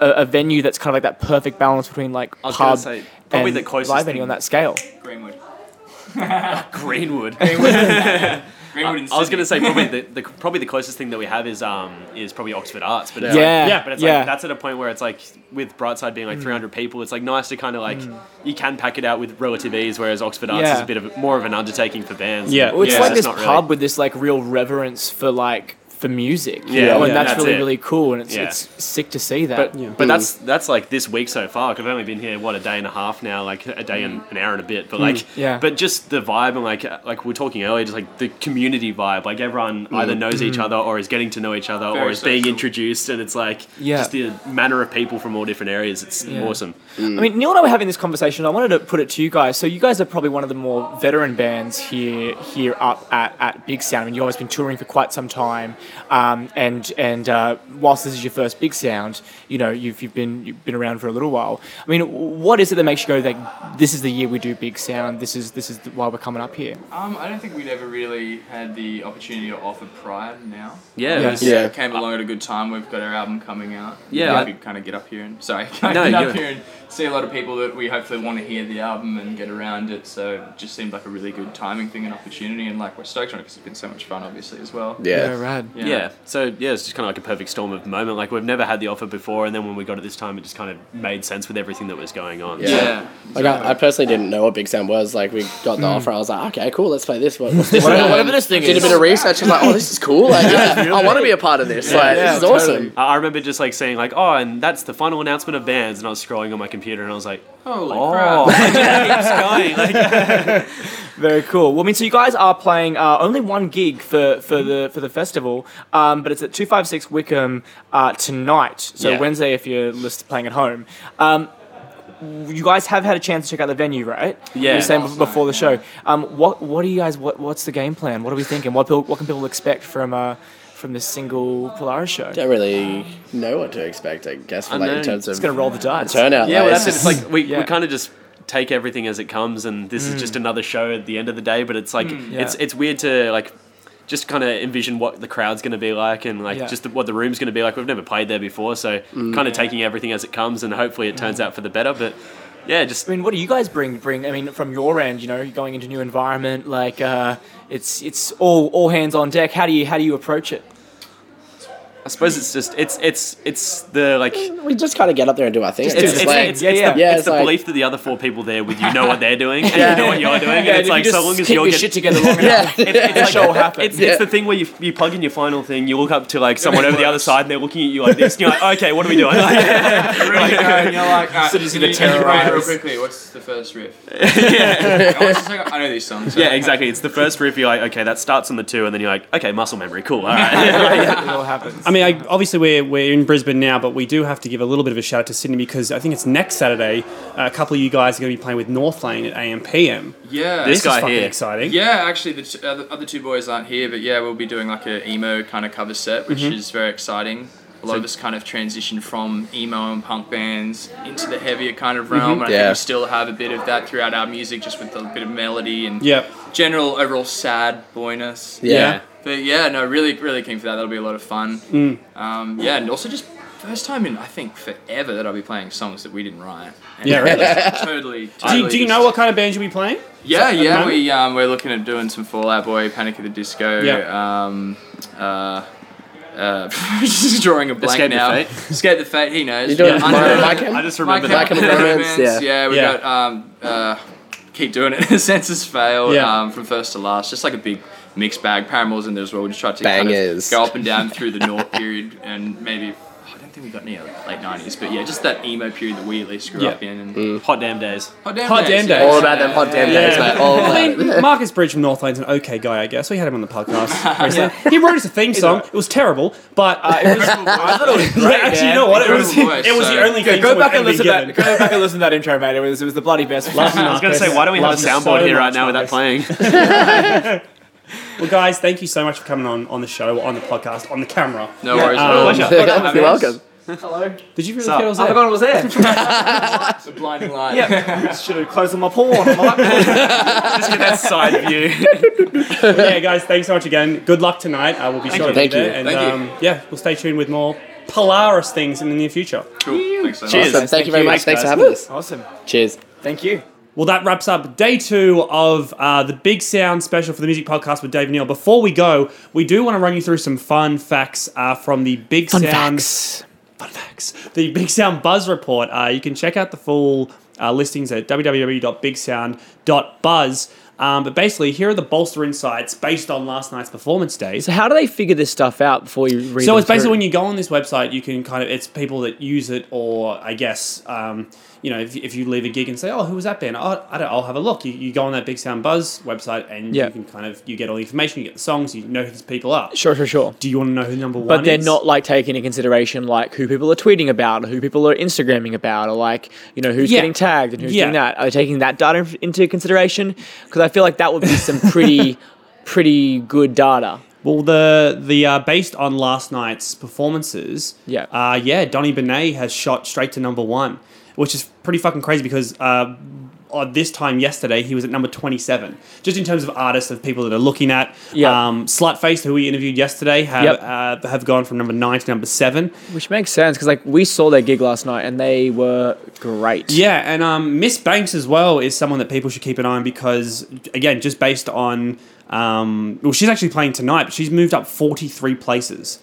A: A a venue that's kind of like that perfect balance between like
O: I was gonna
A: pub
O: say, probably
A: and
O: the closest
A: live venue
O: thing-
A: on that scale.
P: Greenwood.
O: Greenwood.
P: Greenwood.
O: I
P: Greenwood and
O: I was going to say
P: Sydney.
O: probably the, the probably the closest thing that we have is um is probably Oxford Arts, but it's
A: Yeah.
O: like,
A: Yeah.
O: but it's
A: Yeah.
O: like that's at a point where it's like with Brightside being like
A: Mm.
O: 300 people, it's like nice to kind of like
A: Mm.
O: you can pack it out with relative ease, whereas Oxford Arts
A: Yeah.
O: is a bit of a- more of an undertaking for bands.
A: Well, it's like
O: just
A: this
O: not really-
A: pub with this like real reverence for like for music. you
O: Yeah,
A: know, and
O: yeah,
A: that's,
O: that's
A: really
O: it.
A: really cool, and it's
O: Yeah.
A: it's sick to see that.
O: But, but that's
A: Mm.
O: that's like this week so far. Like I've only been here what a day and a half now, like a day and an hour and a bit. But
A: Mm.
O: like,
A: Yeah.
O: But just the vibe and like uh, like we were talking earlier, just like the community vibe. Like everyone either
A: Mm.
O: knows each
A: Mm.
O: other or is getting to know each other or
A: Very
O: is being
A: social.
O: introduced, and it's like
A: Yeah.
O: just the manner of people from all different areas. It's
A: Yeah.
O: awesome.
A: I mean, Neil and I were having this conversation. I wanted to put it to you guys. So you guys are probably one of the more veteran bands here here up at, at Big Sound. I mean, you've always been touring for quite some time, um, and and uh, whilst this is your first Big Sound, you know you've, you've been you've been around for a little while. I mean, what is it that makes you go like this is the year we do Big Sound? This is this is why we're coming up here.
P: Um, I don't think we'd ever really had the opportunity to offer prior now.
O: Yeah,
P: It
O: Yeah.
P: was- uh,
O: yeah.
P: Came along at a good time. We've got our album coming out.
O: Yeah, I-
P: we kind of get up here and sorry,
O: No,
P: get
O: you're-
P: up here and see a lot of people that we hopefully want to hear the album and get around it. So it just seemed like a really good timing thing and opportunity, and like we're stoked on it because it's been so much fun, obviously as well.
O: Yeah. So yeah, it's just kind of like a perfect storm of moment. Like we've never had the offer before, and then when we got it this time, it just kind of made sense with everything that was going on.
N: Yeah. Like I, I personally didn't know what Big Sound was. Like we got the
O: Mm.
N: offer. I was like, okay, cool. Let's play this. What, what's this?
O: Whatever-
N: about?
O: whatever this thing
N: Did
O: is.
N: a bit of research. I was like, oh, this is cool. Like, yeah, I want to be a part of this. like, this is awesome.
O: I I remember just like saying like, oh, and that's the final announcement of bands, and I was scrolling on my computer, and I was like,
P: Holy
O: oh,
A: Very cool. Well, I mean, so you guys are playing uh, only one gig for, for the for the festival, um, but it's at two five six Wickham uh, tonight. So
O: Yeah.
A: Wednesday, if you're list playing at home. Um, you guys have had a chance to check out the venue, right?
O: Yeah.
A: You were saying bef- before the show. Um, what what do you guys? What what's the game plan? What are we thinking? What people, what can people expect from uh, from this single Polaris show?
N: Don't really know what to expect. I guess
O: I
N: from, like,
O: know.
N: in terms of
A: It's gonna roll the dice.
N: turnout.
O: Yeah,
N: like,
O: well,
N: it's
O: that's it. It's
N: just-
O: like we,
A: Yeah.
O: we kind of just take everything as it comes, and this
A: Mm.
O: is just another show at the end of the day. But it's like
A: Mm.
O: it's
A: Yeah.
O: it's weird to like just kind of envision what the crowd's going to be like, and like
A: Yeah.
O: just the, what the room's going to be like. We've never played there before, so kind
A: Mm. Yeah.
O: of taking everything as it comes, and hopefully it
N: Mm.
O: turns out for the better. But yeah, just
A: I mean, what do you guys bring? Bring, I mean, from your end, you know, you're going into new environment, like uh, it's it's all all hands on deck. How do you how do you approach it?
O: I suppose it's just it's it's it's the like
N: we just kind of get up there and do our thing.
O: It's,
N: I guess.
O: it's, it's,
N: like,
O: it's, it's the, it's
N: it's
O: the
N: like-
O: belief that the other four people there with you know what they're doing and you know what you're doing, and
A: Yeah, if
O: it's
A: you
O: like
A: just
O: so long as
A: keep
O: you're
A: your
O: get-
A: shit together long enough,
O: it's, it's
A: the
O: like-
A: show will happen.
O: It's,
A: Yeah.
O: it's the thing where you, you plug in your final thing, you look up to like someone over the other side, and they're looking at you like this, and you're like, okay, what are we doing?
P: and you're like, all right,
O: So just
P: can
O: gonna
P: you- can you run real
O: terrorize.
P: quickly. What's the first riff?
O: Yeah.
P: I was just like, uh, I know these songs. so-
O: yeah, exactly. It's the first riff. You're like, okay, that starts on the two, and then you're like, okay, muscle memory, cool, all right.
A: it all happens.
B: I mean, I, obviously we're, we're in Brisbane now, but we do have to give a little bit of a shout out to Sydney because I think it's next Saturday. uh, A couple of you guys are going to be playing with North Lane at AMPM.
P: Yeah,
B: this, is fucking exciting.
P: Yeah, actually, the t- other, other two boys aren't here, but yeah, we'll be doing like a emo kind of cover set, which
B: Mhm.
P: is very exciting. A lot of us kind of transitioned from emo and punk bands into the heavier kind of realm, and
B: Mhm.
P: I
B: Yeah.
P: think we still have a bit of that throughout our music, just with a bit of melody and
B: Yep.
P: general overall sad boyness.
B: Yeah. Yeah.
P: But yeah, no, really, really keen for that. That'll be a lot of fun.
B: Mm.
P: Um, yeah, and also just first time in I think forever that I'll be playing songs that we didn't write. And
B: Yeah, really.
P: totally,
B: Do
P: totally.
B: you, do you
P: just-
B: know what kind of band you'll be playing?
P: yeah,
B: At the
P: yeah,
B: moment?
P: we um, we're looking at doing some Fallout Boy, Panic at the Disco.
B: Yeah.
P: Um, uh, uh, just drawing a blank
O: Escape the
P: now.
O: Fate.
P: Escape the Fate. He knows.
O: You're doing Mike-
P: Unheard-
O: Mike Hem? I just remembered
P: Mike
O: that.
P: Hem,
O: Mike Hem
P: Unheard
O: Romance,
P: Romance,
O: yeah.
P: Yeah, we
O: Yeah.
P: got um, uh, keep doing it. Census fail
O: Yeah.
P: um, from first to last. Just like a big mixed bag. Paramours in there as well. We just tried to kind of
N: Bangers.
P: go up and down through the North period and maybe. I don't think we got any other late nineties, but yeah, just that emo period that we at least grew
B: Yeah.
P: up in. And
O: Hot damn days.
P: Hot damn
B: Hot
P: days.
B: damn days.
P: All about them hot damn days, mate. All about
B: I mean,
P: it.
B: Marcus Bridge from Northlane's an okay guy, I guess. We had him on the podcast recently. He wrote us a theme song. It was terrible, but uh, it was. I thought it was
A: great,
B: Actually,
A: man.
B: you know what? It was.
A: Incredible voice,
B: it was the
A: so-
B: only
A: Go-
B: theme
A: go
B: song we've
A: back and
B: ever been
A: listen to that-
B: given.
A: go back and listen to that intro, mate. It was it was the bloody best.
B: Love you,
O: I was going to
B: Marcus.
O: say, why don't we have
B: Love
O: a
B: you
O: soundboard
B: so
O: here right
B: much,
O: now with that
B: Marcus.
O: playing?
B: Well, guys, thank you so much for coming on on the show, on the podcast, on the camera.
P: No worries at all.
B: pleasure.
P: You're welcome.
A: Hello.
B: Did you really
A: Sup?
B: feel it was
A: I
B: there?
A: forgot it was there.
P: it's a blinding light.
A: Yeah, should have closed on my porn. On my
B: Just get that side view. yeah, guys, thanks so much again. Good luck tonight. I will be
P: Thank
B: sure
P: you.
B: to be
P: Thank you.
B: there. And
P: Thank you.
B: um, yeah, we'll stay tuned with more Polaris things in the near future.
P: Cool. Thanks so much.
N: Cheers. Awesome. Thank you very much. Thanks for having us.
A: Awesome.
N: Cheers.
A: Thank you.
B: Well, that wraps up day two of uh, the Big Sound special for the music podcast with Dave Neal. Before we go, we do want to run you through some fun facts uh, from the Big
A: Fun
B: Sound. Fun facts. The Big Sound Buzz Report. Uh, you can check out the full uh, listings at www.bigsound.buzz. Um, but basically, here are the bolster insights based on last night's performance days.
M: So how do they figure this stuff out before you read?
B: So
M: them
B: it's basically
M: through?
B: when you go on this website, you can kind of it's people that use it, or I guess um, you know if, if you leave a gig and say, "Oh, who was that band?" Oh, I don't, I'll have a look. You, you go on that Big Sound Buzz website, and
M: Yeah.
B: you can kind of you get all the information, you get the songs, you know who these people are.
M: Sure, sure, sure.
B: Do you want to know who number one?
M: But they're
B: is?
M: not like taking into consideration like who people are tweeting about, or who people are Instagramming about, or like you know who's
B: Yeah.
M: getting tagged and who's
B: Yeah.
M: doing that. Are they taking that data inf- into consideration? Because I feel like that would be some pretty, pretty good data.
B: Well, the the uh, based on last night's performances, yeah, uh, yeah, Donny Benet has shot straight to number one, which is pretty fucking crazy because uh, on this time yesterday he was at number twenty seven. Just in terms of artists of people that are looking at, yeah, um, Slutface, who we interviewed yesterday, have
M: Yep.
B: uh, have gone from number nine to number seven.
M: Which makes sense because like we saw their gig last night and they were great.
B: Yeah, and um, Miss Banks as well is someone that people should keep an eye on because, again, just based on, um, well, she's actually playing tonight, but she's moved up forty three places,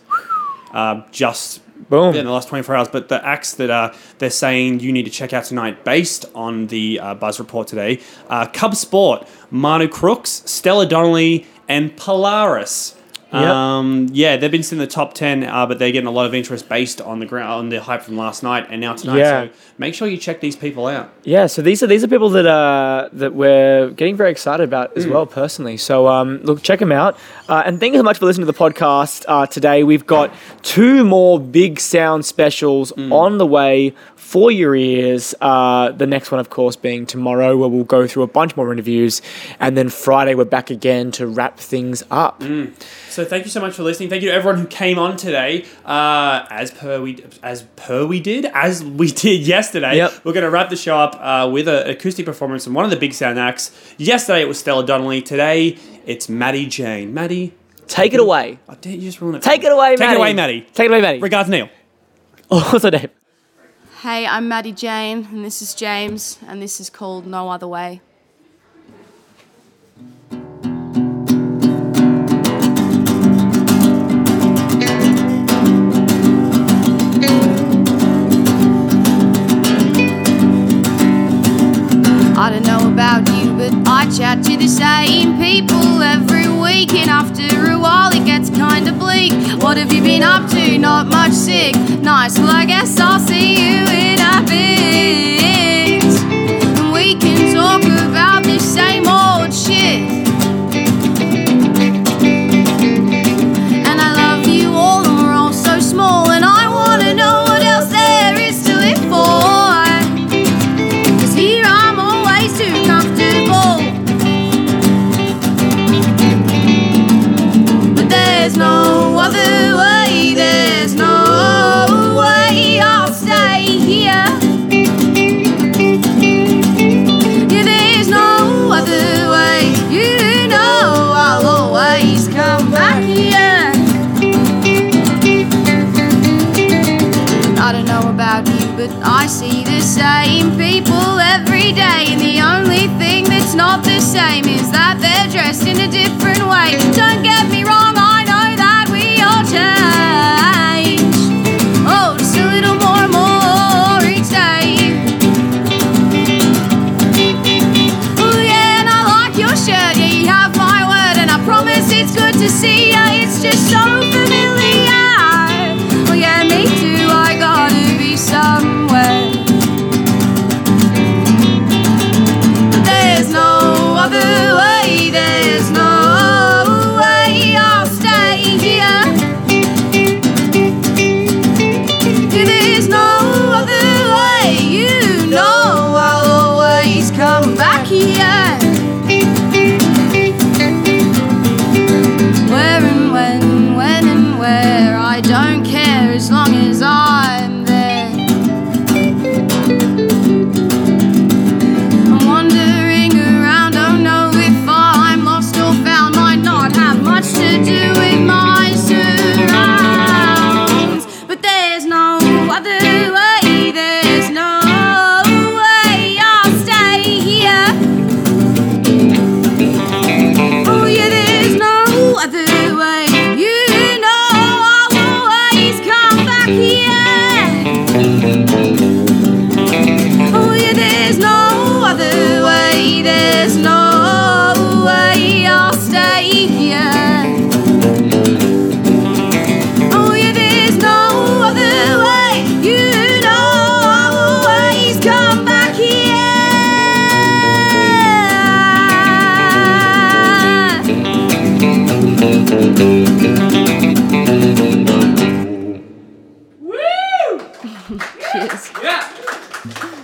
B: uh, just
M: boom
B: in the last twenty four hours. But the acts that uh, they're saying you need to check out tonight, based on the uh, Buzz report today, uh, Cub Sport, Manu Crooks, Stella Donnelly, and Polaris.
M: Yep.
B: Um, yeah, they've been sitting in the top ten, uh, but they're getting a lot of interest based on the ground on the hype from last night and now tonight.
M: Yeah.
B: So make sure you check these people out.
M: Yeah, so these are these are people that uh, that we're getting very excited about as
B: Mm.
M: well personally. So um, look, check them out, uh, and thank you so much for listening to the podcast uh, today. We've got two more big sound specials on the way for your ears. Uh, the next one, of course, being tomorrow, where we'll go through a bunch more interviews, and then Friday we're back again to wrap things up.
B: Mm. So thank you so much for listening. Thank you to everyone who came on today. Uh, as per we as per we did as we did yesterday. We're going to wrap the show up uh, with a- an acoustic performance from one of the big sound acts. Yesterday it was Stella Donnelly. Today it's Maddie Jane. Maddie,
M: take it away.
B: Oh, damn, you just ruined it.
M: Take it away,
B: Take
M: Maddie.
B: it away, Maddie.
M: Take it away, Maddie.
B: Regards, Neil.
M: Also, Dave.
Q: Hey, I'm Maddie Jane, and this is James, and this is called No Other Way. I don't know about you, but I chat to the same people every week, and after a while it gets kinda bleak. What have you been up to? Not much sick. Nice, well, I guess I'll see you in a bit. And we can talk about the same old shit. And I love you all, and we're all so small, and I wanna know what else there is to live for. Cause here I'm always too comfortable. But there's no other way, there's no way I'll stay here. Yeah, there's no other way, you know I'll always come back here. I don't know about you, but I see the same people every day. And the only thing that's not the same is that they're dressed in a different way. Don't get me wrong, I know that we all change. Oh, just a little more and more each day. Oh yeah, and I like your shirt. Yeah, you have my word, and I promise it's good to see ya. It's just so familiar. Oh yeah, me too. I got There's no other way. You know I'll always come back here. Where and when, when and where, I don't care as long as I'm there. I'm wandering around, don't know if I'm lost or found. Might not have much to do with my surrounds, but there's no other way. There's no way I'll stay here. Oh yeah, there's no other way. You know I'll always come back here. Oh yeah, there's no other way. There's no way I'll stay here. Oh yeah, there's no other way. You know I'll always come back here. Woo! Cheers.
I: Yeah.